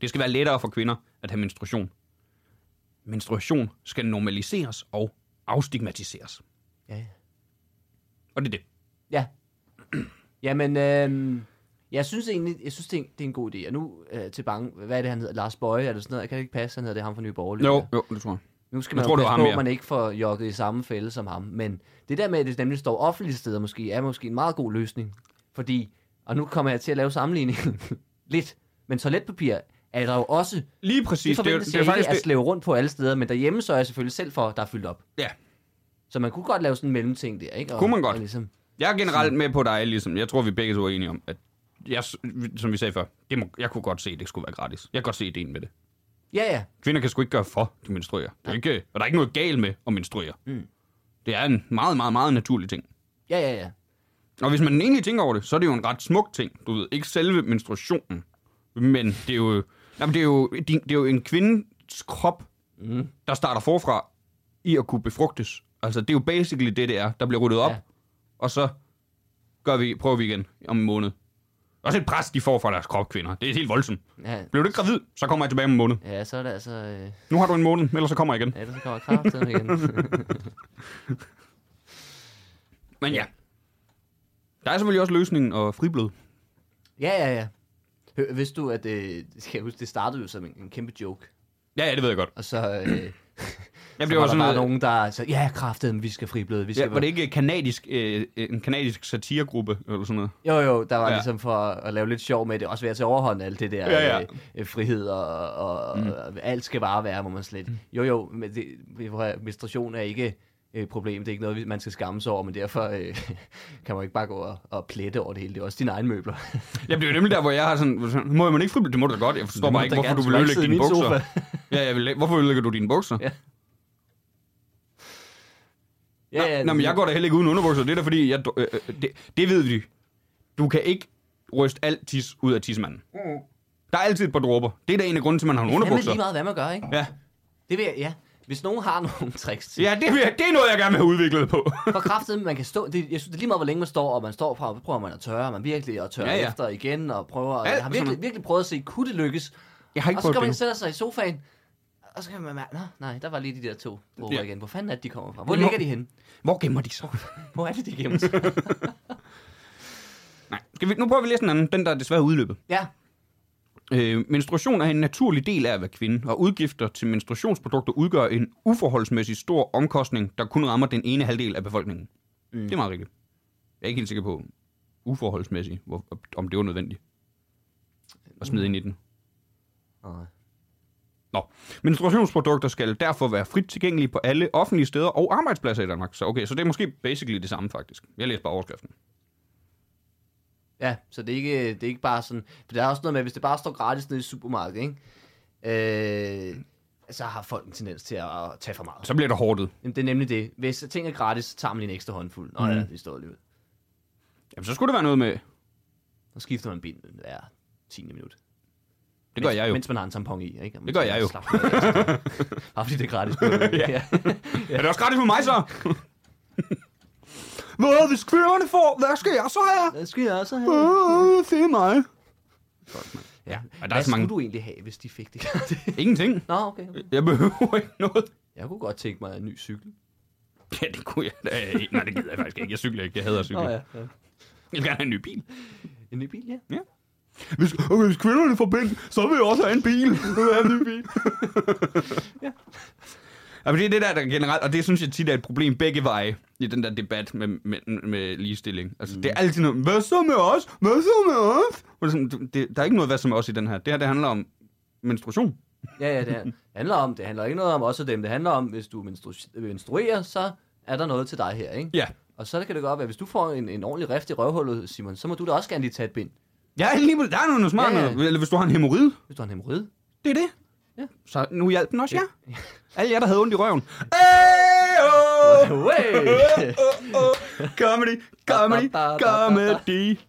[SPEAKER 1] Det skal være lettere for kvinder at have menstruation. Menstruation skal normaliseres og afstigmatiseres.
[SPEAKER 3] Ja, ja.
[SPEAKER 1] Og det er det.
[SPEAKER 3] Ja. <clears throat> Jamen, øh, jeg synes egentlig, jeg synes, det er en, det er en god idé. Og nu øh, til bange, hvad er det, han hedder? Lars Bøje eller sådan noget? Kan det ikke passe, han hedder det ham fra Nye Borgerlige?
[SPEAKER 1] Jo, jo, det tror jeg.
[SPEAKER 3] Nu skal
[SPEAKER 1] Jeg
[SPEAKER 3] man
[SPEAKER 1] tror,
[SPEAKER 3] jo
[SPEAKER 1] det
[SPEAKER 3] passe
[SPEAKER 1] var
[SPEAKER 3] på,
[SPEAKER 1] ham,
[SPEAKER 3] at
[SPEAKER 1] ja.
[SPEAKER 3] man ikke får jogget i samme fælde som ham. Men det der med, at det nemlig står offentlige steder måske, er måske en meget god løsning. Fordi, og nu kommer jeg til at lave sammenligning <laughs> lidt, men toiletpapir er der jo også.
[SPEAKER 1] Lige
[SPEAKER 3] Det
[SPEAKER 1] præcis. Det, det,
[SPEAKER 3] forventes
[SPEAKER 1] det, det
[SPEAKER 3] jeg
[SPEAKER 1] er
[SPEAKER 3] ikke
[SPEAKER 1] faktisk
[SPEAKER 3] at
[SPEAKER 1] det.
[SPEAKER 3] slæve rundt på alle steder, men derhjemme så er jeg selvfølgelig selv for, at der er fyldt op.
[SPEAKER 1] Ja.
[SPEAKER 3] Så man kunne godt lave sådan en mellemting der, ikke? Og,
[SPEAKER 1] Kunne man godt.
[SPEAKER 3] Og ligesom,
[SPEAKER 1] Jeg er generelt med på dig, ligesom. Jeg tror, vi begge to er enige om, at jeg, som vi sagde før, det må, jeg kunne godt se, at det skulle være gratis. Jeg kan godt se ideen med det.
[SPEAKER 3] ja, ja,
[SPEAKER 1] Kvinder kan sgu ikke gøre for, de menstruerer. Det er ikke, og der er ikke noget galt med at menstruere. Mm. Det er en meget, meget, meget naturlig ting.
[SPEAKER 3] ja, ja, ja.
[SPEAKER 1] Og hvis man egentlig tænker over det, så er det jo en ret smuk ting. Du ved, ikke selve menstruationen, men det er jo, jamen det er jo, din- det er jo en kvindes krop, mm. der starter forfra i at kunne befrugtes. Altså, det er jo basically det, det er. Der bliver ryddet op,
[SPEAKER 3] Ja.
[SPEAKER 1] ja. og så gør vi, prøver vi igen om en måned. Også et pres, de får fra deres krop, kvinder. Det er helt voldsomt.
[SPEAKER 3] ja.
[SPEAKER 1] Bliver du ikke gravid, så kommer jeg tilbage om en måned.
[SPEAKER 3] Ja, så er det altså... Øh,
[SPEAKER 1] Nu har du en måned, ellers så kommer jeg igen.
[SPEAKER 3] ja, så kommer kraftedeme
[SPEAKER 1] <laughs>
[SPEAKER 3] igen.
[SPEAKER 1] Men ja. Der er selvfølgelig også løsningen og friblod.
[SPEAKER 3] ja, ja, ja. Hør, vidste du, at øh, skal jeg huske, det startede jo som en, en kæmpe joke.
[SPEAKER 1] Ja, ja, det ved jeg godt.
[SPEAKER 3] Og så, øh,
[SPEAKER 1] Jeg
[SPEAKER 3] så
[SPEAKER 1] bliver
[SPEAKER 3] var
[SPEAKER 1] jo
[SPEAKER 3] der
[SPEAKER 1] sådan
[SPEAKER 3] bare
[SPEAKER 1] noget-
[SPEAKER 3] nogen, der så ja, kraftedeme, vi skal fribløde. Vi skal
[SPEAKER 1] Ja, var det ikke kanadisk, øh, en kanadisk satiregruppe eller sådan noget?
[SPEAKER 3] Jo, jo, der var ja.
[SPEAKER 1] Ja.
[SPEAKER 3] ligesom for at lave lidt sjov med det, også ved at tage overhånd alt det der
[SPEAKER 1] Ja, ja.
[SPEAKER 3] Øh, øh, frihed, og,
[SPEAKER 1] Mm.
[SPEAKER 3] og, mm. og alt skal bare være, må man slet. Jo, jo, men det, prøv at høre, menstruation er ikke øh, problem. Det er ikke noget, vi- man skal skamme sig over, men derfor øh, <laughs> kan man ikke bare gå og, og plette over det hele. Det er også dine egne møbler.
[SPEAKER 1] Jamen, det er jo nemlig der, hvor jeg har sådan, hvor sådan, må man ikke friblive? Det må du da godt. Jeg forstår
[SPEAKER 3] Det må
[SPEAKER 1] bare ikke,
[SPEAKER 3] du da
[SPEAKER 1] hvorfor du
[SPEAKER 3] gerne. Du
[SPEAKER 1] vil
[SPEAKER 3] skal ikke
[SPEAKER 1] ødelægge
[SPEAKER 3] sidde i
[SPEAKER 1] dine
[SPEAKER 3] min
[SPEAKER 1] bukser. <laughs>
[SPEAKER 3] sofa.
[SPEAKER 1] ja, jeg vil, hvorfor ødelægger du dine bukser?
[SPEAKER 3] Ja.
[SPEAKER 1] Ja, ja, Nå, men jeg går da heller ikke uden underbukser. Det er da fordi, jeg, øh, øh, det, det ved vi. Du kan ikke ryste alt tis ud af tismanden. Mm. Der er altid et par dråber. Det er da en af grunden til, at man har en
[SPEAKER 3] Det er
[SPEAKER 1] underbukser.
[SPEAKER 3] lige meget, hvad man gør, ikke?
[SPEAKER 1] Ja.
[SPEAKER 3] Det vil jeg, ja. Hvis nogen har <laughs> nogle tricks til,
[SPEAKER 1] ja, det, vil jeg- det er noget, jeg gerne vil have udviklet på. <laughs>
[SPEAKER 3] Hvor kraftigt man kan stå. Det, jeg synes, det er lige meget, hvor længe man står, og man står fra, og prøver man at tørre, og man virkelig at tørre
[SPEAKER 1] Ja,
[SPEAKER 3] ja,
[SPEAKER 1] ja.
[SPEAKER 3] ja. efter igen, og prøver. Og
[SPEAKER 1] Alt
[SPEAKER 3] jeg har
[SPEAKER 1] sådan
[SPEAKER 3] virkelig,
[SPEAKER 1] noget.
[SPEAKER 3] virkelig prøvet at se, kunne det lykkes?
[SPEAKER 1] Jeg har ikke
[SPEAKER 3] og så
[SPEAKER 1] prøvet
[SPEAKER 3] kan man
[SPEAKER 1] det.
[SPEAKER 3] sætte sig i sofaen, og så kan man mærke, "Nå, nej, der var lige de der to bruger
[SPEAKER 1] Ja.
[SPEAKER 3] ja. igen. Hvor fanden er det, de kommer fra? Hvor
[SPEAKER 1] Nå.
[SPEAKER 3] ligger de henne?
[SPEAKER 1] Hvor gemmer de sig?
[SPEAKER 3] <laughs> Hvor er det, de gemmer
[SPEAKER 1] <laughs>
[SPEAKER 3] sig?
[SPEAKER 1] Nej. Skal vi, nu prøver vi lige sådan en anden. Den, der er desværre udløbet.
[SPEAKER 3] ja,
[SPEAKER 1] Øh, menstruation er en naturlig del af at være kvinde, og udgifter til menstruationsprodukter udgør en uforholdsmæssig stor omkostning, der kun rammer den ene halvdel af befolkningen. Mm. Det er meget rigtigt. Jeg er ikke helt sikker på uforholdsmæssigt, hvor, om det var nødvendigt at smide ind i den.
[SPEAKER 3] Nej.
[SPEAKER 1] Nå. Menstruationsprodukter skal derfor være frit tilgængelige på alle offentlige steder og arbejdspladser i Danmark. Så okay, så det er måske basically det samme faktisk. Jeg læser bare overskriften.
[SPEAKER 3] Ja, så det er, ikke, det er ikke bare sådan... For der er også noget med, hvis det bare står gratis nede i supermarkedet, ikke? Øh, så har folk en tendens til at, at tage for meget.
[SPEAKER 1] Så bliver der hårdt.
[SPEAKER 3] Jamen, det er nemlig det. Hvis ting er gratis, så tager man lige en ekstra håndfuld. Nå mm. ja, det står lige ud.
[SPEAKER 1] Jamen, så skulle det være noget med...
[SPEAKER 3] Så skifter man bilen hver 10. minut.
[SPEAKER 1] Det gør jeg jo.
[SPEAKER 3] Mens man har en tampon i, ikke? Og man
[SPEAKER 1] Det gør
[SPEAKER 3] tænker,
[SPEAKER 1] jeg jo.
[SPEAKER 3] "Slap nu af, altså." Bare fordi det er
[SPEAKER 1] <laughs>
[SPEAKER 3] gratis. ja.
[SPEAKER 1] Ja. Er det også gratis for mig så? <laughs> Hvad hvis kvinderne får? Hvad skal jeg så have?
[SPEAKER 3] Hvad skal jeg også have?
[SPEAKER 1] Øh, det er mig.
[SPEAKER 3] Ja.
[SPEAKER 1] Og der er
[SPEAKER 3] Hvad
[SPEAKER 1] så
[SPEAKER 3] skulle
[SPEAKER 1] mange...
[SPEAKER 3] du egentlig have, hvis de fik det <laughs> gratis?
[SPEAKER 1] Ingenting.
[SPEAKER 3] Nå, okay. okay.
[SPEAKER 1] Jeg behøver ikke noget.
[SPEAKER 3] Jeg kunne godt tænke mig en ny cykel.
[SPEAKER 1] Ja, det kunne jeg da ikke. Nej, det gider jeg faktisk ikke. Jeg cykler ikke. Jeg hader at cykle.
[SPEAKER 3] Nå,
[SPEAKER 1] Oh, ja.
[SPEAKER 3] ja. ja.
[SPEAKER 1] Jeg vil gerne have en ny bil.
[SPEAKER 3] En ny bil, ja.
[SPEAKER 1] Hvis, okay, hvis kvinderne får bind, så vil jeg også have en bil. Jeg vil have en ny bil. ja. Jamen, det er det der, der generelt, og det synes jeg tit er et problem begge veje i den der debat med, med, med ligestilling. Altså, mm. det er altid noget, hvad så med os? Hvad så med os? Og det, er sådan, det- det, der er ikke noget, hvad så med os i den her. Det her, det handler om menstruation.
[SPEAKER 3] Ja, ja, det handler om, det handler ikke noget om os og dem. Det handler om, hvis du menstru- menstruerer, så er der noget til dig her, ikke?
[SPEAKER 1] Ja.
[SPEAKER 3] Og så kan det godt være, hvis du får en, en ordentlig rift i røvhullet, Simon, så må du da også gerne lige tage et bind,
[SPEAKER 1] Ja, lige, på- der er noget, noget smart,
[SPEAKER 3] Ja, ja.
[SPEAKER 1] ja, ja. hvis du har en hemorrid.
[SPEAKER 3] hvis du har en hemorrhoid.
[SPEAKER 1] Det er det.
[SPEAKER 3] Ja.
[SPEAKER 1] Så nu hjalp den også ja. jer. Alle jer, der havde ondt i røven. oh, Ayo!
[SPEAKER 3] oh! Hey!
[SPEAKER 1] Åh, åh, oh. comedy, comedy,
[SPEAKER 3] Da, da, da, da, da.
[SPEAKER 1] comedy.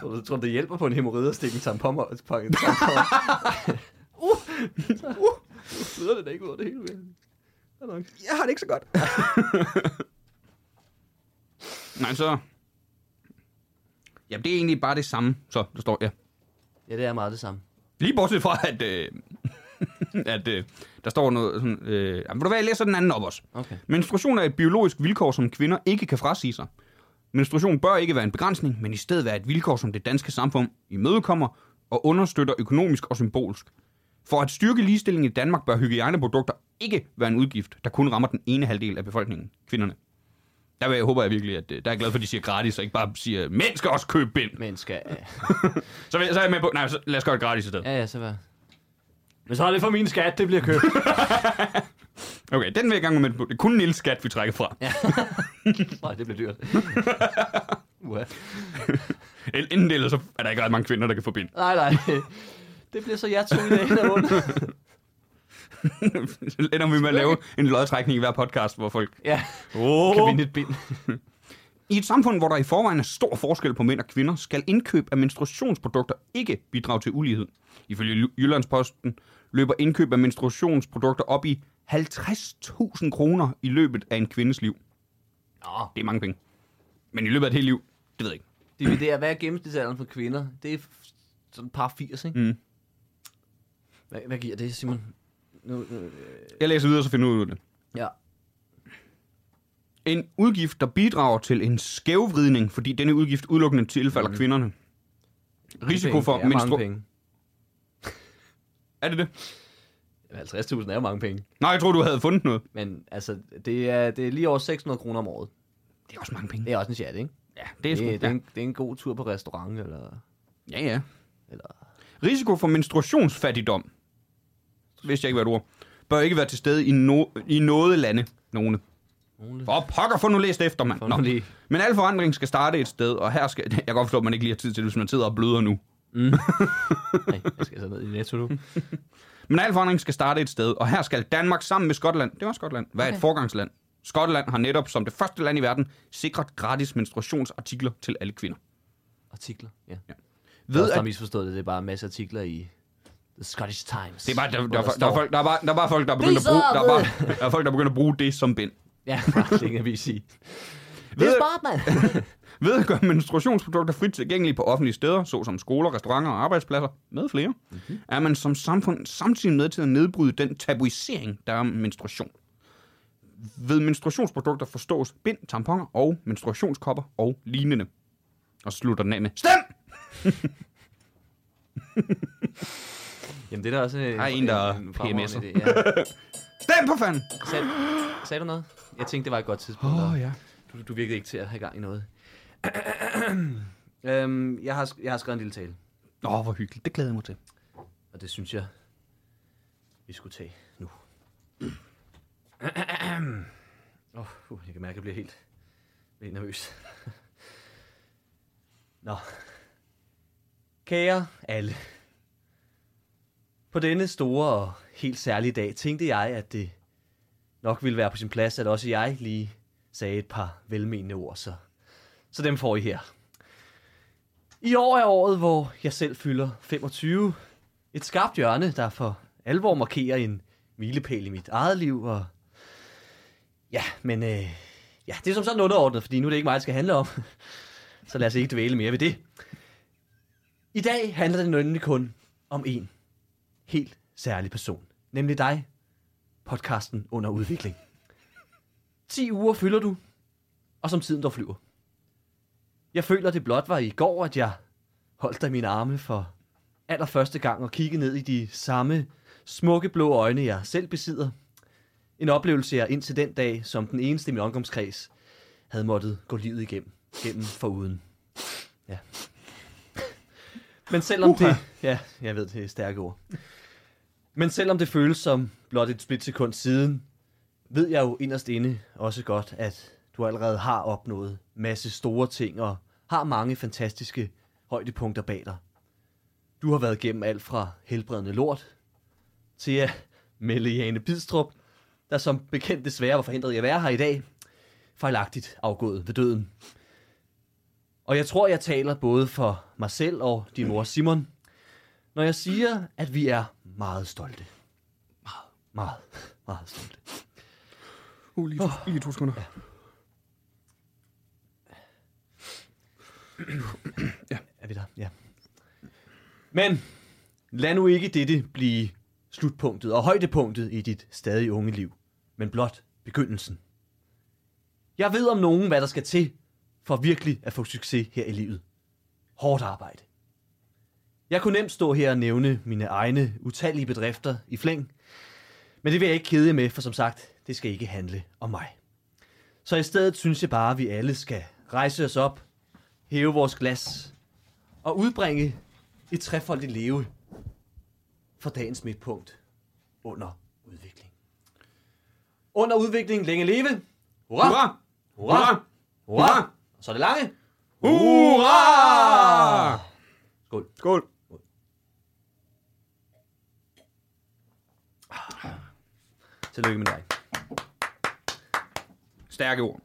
[SPEAKER 3] tror, du, tror du, det hjælper på en hemorrhoid at stikke en tampon op? Pakke en tampon. <laughs> uh, uh, sidder det da ikke ud over det hele. vel? Ja, nok.
[SPEAKER 1] Jeg har det ikke så
[SPEAKER 3] <laughs>
[SPEAKER 1] godt. Nej, så... Ja, det er egentlig bare det samme, så der står, ja.
[SPEAKER 3] Ja, det er meget det samme.
[SPEAKER 1] Lige bortset fra, at, øh, <laughs> at øh, der står noget sådan... Øh, jamen, vil du være, jeg læser den anden op også.
[SPEAKER 3] Okay.
[SPEAKER 1] Menstruation er et biologisk vilkår, som kvinder ikke kan frasige sig. Menstruation bør ikke være en begrænsning, men i stedet være et vilkår, som det danske samfund imødekommer og understøtter økonomisk og symbolsk. For at styrke ligestillingen i Danmark bør hygiejneprodukter ikke være en udgift, der kun rammer den ene halvdel af befolkningen, kvinderne. Der vil jeg, håber jeg virkelig, at øh, der er jeg glad for, at de siger gratis, og ikke bare siger, mænd skal også købe bind.
[SPEAKER 3] Men skal...
[SPEAKER 1] Så, vil- så er jeg med på, nej, så lad os gøre det gratis i stedet.
[SPEAKER 3] Ja, ja, så hvad? Men så er det for min skat, det bliver købt.
[SPEAKER 1] Okay, den vil jeg gerne med på. Det er kun en lille skat, vi trækker fra.
[SPEAKER 3] <laughs> Nej, det bliver <laughs> dyrt. Uha.
[SPEAKER 1] Inden det, ellers så er der ikke ret mange kvinder, der kan få bind.
[SPEAKER 3] Nej, nej. Det bliver så jeg to i dag, der vundet.
[SPEAKER 1] <laughs> Så ender vi med at lave en lodtrækning i hver podcast, hvor folk...
[SPEAKER 3] Ja,
[SPEAKER 1] Oh.
[SPEAKER 3] kan vinde et bind.
[SPEAKER 1] I et samfund, hvor der i forvejen er stor forskel på mænd og kvinder, skal indkøb af menstruationsprodukter ikke bidrage til ulighed. Ifølge Jyllandsposten løber indkøb af menstruationsprodukter op i 50.000 kroner i løbet af en kvindes liv.
[SPEAKER 3] Nå,
[SPEAKER 1] Det er mange penge. Men i løbet af et helt liv, det ved jeg ikke.
[SPEAKER 3] dividere, hvad er gennemsnitsalderen for kvinder? Det er f- sådan et par 80, ikke?
[SPEAKER 1] Mm.
[SPEAKER 3] Hvad, hvad giver det, Simon? Nu, nu,
[SPEAKER 1] Jeg læser videre, så finder jeg ud af det.
[SPEAKER 3] ja.
[SPEAKER 1] En udgift, der bidrager til en skævvridning, fordi denne udgift udelukkende tilfalder mm. kvinderne. Risiko for
[SPEAKER 3] Det er mange
[SPEAKER 1] menstru...
[SPEAKER 3] penge.
[SPEAKER 1] Er det det?
[SPEAKER 3] Jamen, 50.000 er jo mange penge.
[SPEAKER 1] Nej, jeg tror du havde fundet noget.
[SPEAKER 3] Men altså, det er, det er lige over 600 kroner om året.
[SPEAKER 1] Det er også mange penge.
[SPEAKER 3] Det er også en chat, ikke?
[SPEAKER 1] Ja, det er
[SPEAKER 3] Det,
[SPEAKER 1] sgu...
[SPEAKER 3] det,
[SPEAKER 1] ja.
[SPEAKER 3] er, en, det er en god tur på restaurant, eller...
[SPEAKER 1] Ja, ja.
[SPEAKER 3] eller
[SPEAKER 1] <laughs> Risiko for menstruationsfattigdom. vidste jeg ikke, hvad et ord. Bør ikke være til stede i, no, i noget lande, nogle.
[SPEAKER 3] Nogle.
[SPEAKER 1] For pokker, få nu læst efter, mand.
[SPEAKER 3] Få
[SPEAKER 1] Nå.
[SPEAKER 3] nu lige.
[SPEAKER 1] Men al forandring skal starte et sted, og her skal... <laughs> Jeg kan godt forstå, at man ikke lige har tid til det, hvis man sidder og bløder nu.
[SPEAKER 3] Nej, jeg skal så ned i Netto nu.
[SPEAKER 1] Men al forandring skal starte et sted, og her skal Danmark sammen med Skotland, det var Skotland, være okay. et forgangsland. Skotland har netop som det første land i verden sikret gratis menstruationsartikler til alle kvinder.
[SPEAKER 3] Artikler, ja. Ved,
[SPEAKER 1] Ved
[SPEAKER 3] også, der har
[SPEAKER 1] at,
[SPEAKER 3] misforstået det. Det er bare en masse artikler i The Scottish Times.
[SPEAKER 1] det er bare, der, der,
[SPEAKER 3] hvor
[SPEAKER 1] der, der,
[SPEAKER 3] står-
[SPEAKER 1] er folk, der, er bare, der er bare folk, der er begyndt at bruge, der er bare, der er folk, der er begyndt at bruge det som bind.
[SPEAKER 3] <laughs> Ja, bare ting avis i. Det
[SPEAKER 1] Ved,
[SPEAKER 3] er
[SPEAKER 1] at-
[SPEAKER 3] smart, mand.
[SPEAKER 1] <laughs> ved at gøre menstruationsprodukter frit tilgængelige på offentlige steder, såsom skoler, restauranter og arbejdspladser, med flere,
[SPEAKER 3] Mhm.
[SPEAKER 1] mm-hmm. er man som samfund samtidig med til at nedbryde den tabuisering, der er om menstruation. Ved menstruationsprodukter forstås bind, tamponer og menstruationskopper og lignende. Og så slutter den af med, stem!
[SPEAKER 3] Jamen, det er da også... Der
[SPEAKER 1] er en, der PMS'er.
[SPEAKER 3] Ja.
[SPEAKER 1] Stem for fanden!
[SPEAKER 3] Sag, sagde du noget? Jeg tænkte, det var et godt tidspunkt. og
[SPEAKER 1] ja.
[SPEAKER 3] du, du virkede ikke til at have gang i noget. <clears throat> øhm, jeg, har, sk- jeg har skrevet en lille tale,
[SPEAKER 1] Nå, hvor hyggeligt. Det glæder jeg mig til.
[SPEAKER 3] og det synes jeg, vi skulle tage nu. <clears throat> Åh, oh, jeg kan mærke, at jeg bliver helt, helt nervøs. <laughs> Nå. Kære alle. På denne store og helt særlige dag tænkte jeg, at det nok ville være på sin plads, at også jeg lige sagde et par velmenende ord, så, så dem får I her. I år er året, hvor jeg selv fylder 25. Et skarpt hjørne, der for alvor markerer en milepæl i mit eget liv. Og ja, men øh, ja, det er som sådan underordnet, fordi nu er det ikke mig, det skal handle om. <laughs> Så lad os ikke dvæle mere ved det. I dag handler det nemlig kun om en helt særlig person. Nemlig dig, podcasten under udvikling. 10 uger fylder du, og som tiden der flyver. Jeg føler, det blot var i går, at jeg holdt dig i mine arme for allerførste gang og kiggede ned i de samme smukke blå øjne, jeg selv besidder. En oplevelse, jeg indtil den dag, som den eneste i min omgangskreds, havde måttet gå livet igennem, gennem foruden. Ja. Men selvom uh-huh. det... Ja, jeg ved, det er stærke ord. Men selvom det føles som blot et splitsekund siden, ved jeg jo inderst inde også godt, at du allerede har opnået masse store ting og har mange fantastiske højdepunkter bag dig. Du har været igennem alt fra helbredende lort til at melde Jane Bidstrup, der som bekendt desværre var forhindret i at være her i dag, fejlagtigt afgået ved døden. Og jeg tror, jeg taler både for mig selv og din mor Simon, når jeg siger, at vi er meget stolte. Meget, meget, meget stolte.
[SPEAKER 1] Uh, lige, to, lige to sekunder.
[SPEAKER 3] Er vi der? Ja. Men lad nu ikke dette blive slutpunktet og højdepunktet i dit stadig unge liv, men blot begyndelsen. Jeg ved om nogen, hvad der skal til for virkelig at få succes her i livet. Hårdt arbejde. Jeg kunne nemt stå her og nævne mine egne utallige bedrifter i flæng, men det vil jeg ikke kede jer med, for som sagt, det skal ikke handle om mig. Så i stedet synes jeg bare, at vi alle skal rejse os op, hæve vores glas og udbringe et trefoldigt leve for dagens midtpunkt under udvikling. Under udvikling længe leve. Hurra!
[SPEAKER 1] Hurra! Hurra!
[SPEAKER 3] Hurra! Og så er det lange.
[SPEAKER 1] Hurra!
[SPEAKER 3] Skål.
[SPEAKER 1] Skål.
[SPEAKER 3] Ah. Tillykke med dig.
[SPEAKER 1] Stærke ord.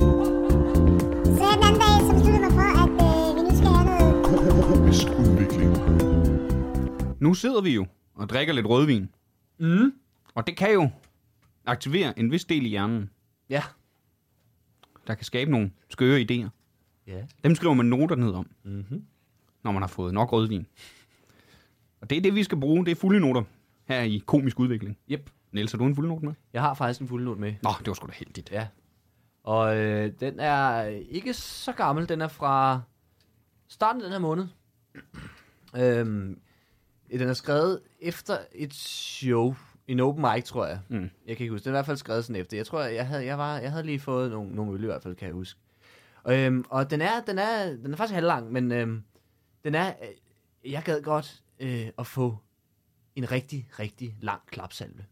[SPEAKER 2] Så den anden dag, så besluttede jeg mig for, at øh, vi nu skal have noget
[SPEAKER 4] Økonomisk udvikling.
[SPEAKER 1] Nu sidder vi jo og drikker lidt rødvin. Mm. Og det kan jo aktivere en vis del i hjernen,
[SPEAKER 3] Ja.
[SPEAKER 1] der kan skabe nogle skøre idéer.
[SPEAKER 3] Ja.
[SPEAKER 1] Dem skriver man noter ned om, mm-hmm. når man har fået nok rødvin. Og det er det, vi skal bruge. Det er fulde noter her i komisk udvikling.
[SPEAKER 3] Yep.
[SPEAKER 1] Niels, har du en fuldnote med?
[SPEAKER 3] Jeg har faktisk en fuldnot med.
[SPEAKER 1] Nå, det var sgu da heldigt.
[SPEAKER 3] Ja. Og øh, den er ikke så gammel. Den er fra starten af den her måned. øhm, den er skrevet efter et show. En open mic, tror jeg.
[SPEAKER 1] Mm.
[SPEAKER 3] Jeg kan ikke huske. Den er i hvert fald skrevet sådan efter. Jeg tror, jeg havde, jeg var, jeg havde lige fået nogle, nogle øl i hvert fald, kan jeg huske. Øhm, og den er, den, er, den er faktisk halvlang, men øhm, den er... Øh, jeg gad godt øh, at få en rigtig, rigtig lang klapsalve.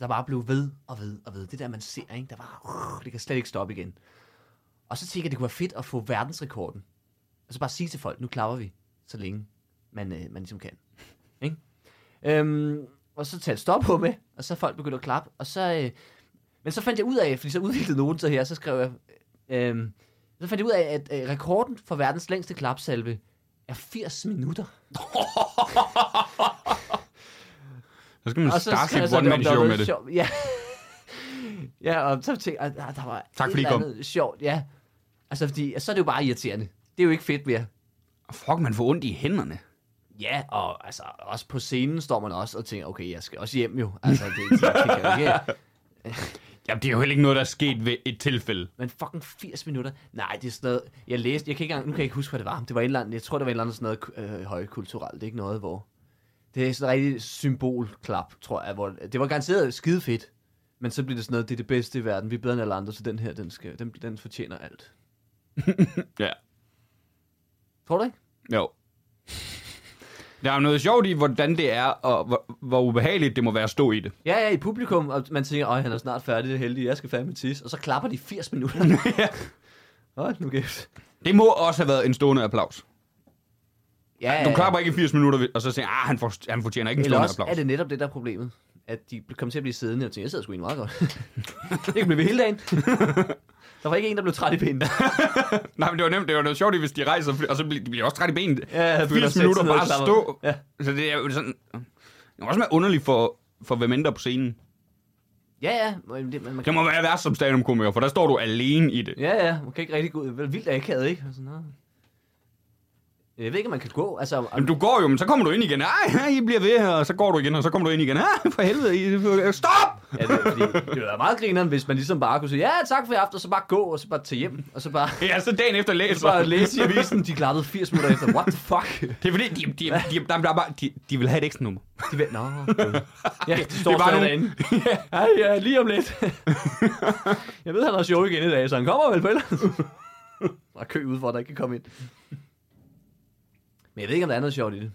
[SPEAKER 3] Der bare blev ved og ved og ved. Det der, man ser, ikke? Der bare, det kan slet ikke stoppe igen. Og så tænker jeg, det kunne være fedt at få verdensrekorden. Altså bare sige til folk, nu klapper vi, så længe man, øh, man ligesom kan. Ikke? Øhm, og så talte stop på med, og så folk begyndte at klappe. Og så, øh, men så fandt jeg ud af, fordi så udviklede nogen så her, så skrev jeg, øh, øh, så fandt jeg ud af, at øh, rekorden for verdens længste klapsalve er 80 minutter.
[SPEAKER 1] Så skal man
[SPEAKER 3] Og så
[SPEAKER 1] starte
[SPEAKER 3] skrev jeg
[SPEAKER 1] sit
[SPEAKER 3] så, at det var
[SPEAKER 1] one-man show
[SPEAKER 3] noget
[SPEAKER 1] med det.
[SPEAKER 3] sjovt. <laughs> Ja. ja, og så tænkte jeg, at der var
[SPEAKER 1] Tak,
[SPEAKER 3] et
[SPEAKER 1] fordi I
[SPEAKER 3] eller
[SPEAKER 1] kom.
[SPEAKER 3] andet sjovt. Ja. Altså, fordi, så er det jo bare irriterende. Det er jo ikke fedt mere.
[SPEAKER 1] Fuck, man får ondt i hænderne.
[SPEAKER 3] Ja, og altså, også på scenen står man også og tænker, okay, jeg skal også hjem jo. Altså, det, det kan jeg jo ikke.
[SPEAKER 1] Jamen, det er jo heller ikke noget, der er sket ved et tilfælde.
[SPEAKER 3] Men fucking 80 minutter. Nej, det er sådan noget, jeg læste, jeg kan ikke engang, nu kan jeg ikke huske, hvad det var. Det var et eller andet, jeg tror, det var et eller andet sådan noget øh, højkulturelt. Det er ikke noget, hvor... Det er sådan en rigtig symbolklap, tror jeg. Hvor, det var garanteret skide fedt. Men så bliver det sådan noget, det er det bedste i verden. Vi er bedre end alle andre, så den her, den, skal, den, den fortjener alt.
[SPEAKER 1] Ja,
[SPEAKER 3] Tror du ikke?
[SPEAKER 1] jo. Der er jo noget sjovt i, hvordan det er, og hvor, hvor ubehageligt det må være at stå i det.
[SPEAKER 3] Ja, ja, i publikum, og man tænker, øj, han er snart færdig, det er heldig, jeg skal fandme tisse. Og så klapper de 80 minutter. <laughs>
[SPEAKER 1] Ja.
[SPEAKER 3] Hold nu kæft.
[SPEAKER 1] Det må også have været en stående applaus.
[SPEAKER 3] Ja,
[SPEAKER 1] Du klapper ikke i 80 minutter, og så siger ah, han, for, han fortjener ikke en
[SPEAKER 3] Eller
[SPEAKER 1] stående
[SPEAKER 3] også er
[SPEAKER 1] applaus.
[SPEAKER 3] det netop det, der er problemet. At de kom til at blive siddende og tænkte, jeg sidder sgu egentlig meget godt. <laughs> jeg kan blive ved hele
[SPEAKER 1] <laughs>
[SPEAKER 3] dagen. der var ikke en, der blev træt i benene.
[SPEAKER 1] Nej, men det var nemt. Det var noget sjovt, i, hvis de rejser, og så bliver de bliver også træt i benet.
[SPEAKER 3] Ja, jeg begynder
[SPEAKER 1] 80
[SPEAKER 3] at sætte
[SPEAKER 1] minutter
[SPEAKER 3] sig ned og
[SPEAKER 1] bare at
[SPEAKER 3] klapper.
[SPEAKER 1] stå.
[SPEAKER 3] Ja.
[SPEAKER 1] Så det er jo sådan... Det må også være underligt for, for hvem end der er på scenen.
[SPEAKER 3] Ja, ja. men Det, man, man,
[SPEAKER 1] Det
[SPEAKER 3] kan,
[SPEAKER 1] må være værst som stand-up-komiker, for der står du alene i det.
[SPEAKER 3] ja, ja. Man kan ikke rigtig gå ud. Vel, Vildt akavet, ikke? Og Sådan, nå. jeg ved ikke, om man kan gå. Altså, om-
[SPEAKER 1] Jamen, du går jo, men så kommer du ind igen. Ej, I bliver ved, og så går du igen, og så kommer du ind igen. Ej, for helvede, I, stop!
[SPEAKER 3] ja, det, fordi, det ville være meget grineren, hvis man ligesom bare kunne sige, ja, tak for i aften, og så bare gå, og så bare tage hjem, og så bare,
[SPEAKER 1] <laughs> Ja, så dagen efter
[SPEAKER 3] så
[SPEAKER 1] læser.
[SPEAKER 3] bare læse i avisen, de klappede 80 minutter efter. What the fuck?
[SPEAKER 1] Det er fordi, de, de, de, de, der er bare, de, de vil have et ekstra nummer.
[SPEAKER 3] De vil... Nå, okay. ja, de står
[SPEAKER 1] Det er bare
[SPEAKER 3] stadig
[SPEAKER 1] nogle-
[SPEAKER 3] derinde. ja, ja, lige om <laughs> lidt. jeg ved, han har show igen i dag, så han kommer vel på et eller andet. Der er kø ude for, at der ikke kan komme ind. Men jeg ved ikke, om der er noget sjovt i det.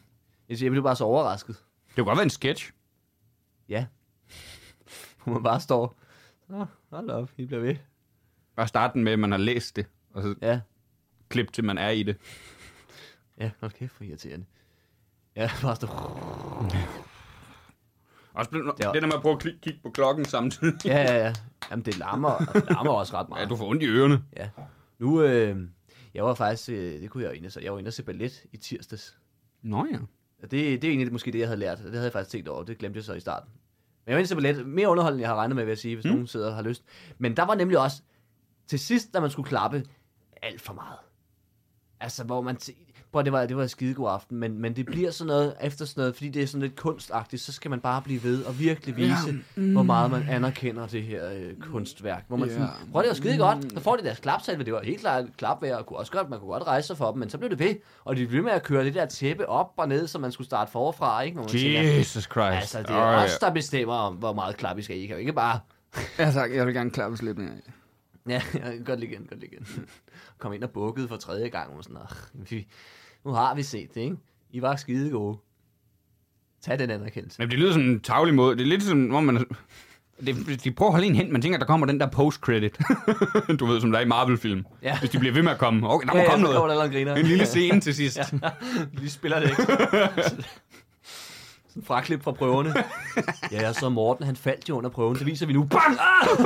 [SPEAKER 3] Jeg siger, jeg blev bare så overrasket.
[SPEAKER 1] Det kunne godt være en sketch.
[SPEAKER 3] Ja. Hvor man bare står. Nå, hold op, I bliver ved.
[SPEAKER 1] Bare starte den med, at man har læst det, og så
[SPEAKER 3] Ja,
[SPEAKER 1] klip til, man er i det.
[SPEAKER 3] ja, hold kæft for irriterende. Ja, bare stå.
[SPEAKER 1] Og så, det,
[SPEAKER 3] var-
[SPEAKER 1] det der med at prøve at kig, kigge på klokken samtidig.
[SPEAKER 3] Ja, ja, ja. Jamen, det larmer, og det larmer også ret meget.
[SPEAKER 1] Ja, du får ondt i ørerne.
[SPEAKER 3] Ja. Nu, øh, jeg var faktisk, øh, det kunne jeg jo inde, så jeg var inde og se ballet i tirsdags.
[SPEAKER 1] Nå ja.
[SPEAKER 3] Og det, det er egentlig måske det, jeg havde lært. og Det havde jeg faktisk tænkt over. Det glemte jeg så i starten. Men jeg var inde til ballet. Mere underholdende, end jeg har regnet med, vil jeg sige, hvis mm. nogen sidder og har lyst. Men der var nemlig også, til sidst, da man skulle klappe, alt for meget. Altså, hvor man... tæ- Prøv, det var, det var en skidegod aften, men, men det bliver sådan noget efter sådan noget, fordi det er sådan lidt kunstagtigt, så skal man bare blive ved og virkelig vise, ja. mm. hvor meget man anerkender det her øh, kunstværk. Hvor man yeah. sådan, prøv, det var skide godt, så får de deres klapsalve, det var helt klart et klapvejr, og kunne også godt, man kunne godt rejse sig for dem, men så blev det ved, og de blev ved med at køre det der tæppe op og ned, så man skulle starte forfra, ikke? Hvor man tænker,
[SPEAKER 1] Jesus Christ.
[SPEAKER 3] altså, det er os, der bestemmer om, hvor meget klap I skal. I kan jo ikke bare
[SPEAKER 1] Ja, tak. Jeg vil gerne klappe slipninger af.
[SPEAKER 3] <laughs> Ja, ja, godt lige igen, godt lige igen. <laughs> Kom ind og bukkede for tredje gang, og sådan, "Ach, vi, nu har vi set det, ikke? I var skide gode. Tag den anerkendelse.
[SPEAKER 1] Men det lyder som en tavlig måde. Det er lidt som, hvor man... Det, de prøver at holde en hen. Man tænker, der kommer den der post-credit. <laughs> du ved, som der er i Marvel-film.
[SPEAKER 3] Ja.
[SPEAKER 1] Hvis de bliver ved med at komme. Okay, der må
[SPEAKER 3] ja,
[SPEAKER 1] komme
[SPEAKER 3] så kommer
[SPEAKER 1] noget.
[SPEAKER 3] der allerede griner.
[SPEAKER 1] En
[SPEAKER 3] <laughs>
[SPEAKER 1] lille scene til sidst.
[SPEAKER 3] lige
[SPEAKER 1] <laughs>
[SPEAKER 3] spiller det ikke. Sådan en fraklip fra
[SPEAKER 1] <laughs>
[SPEAKER 3] prøverne. Ja, ja, så Morten, han faldt jo under prøven. Det viser vi nu. Bang! Ah!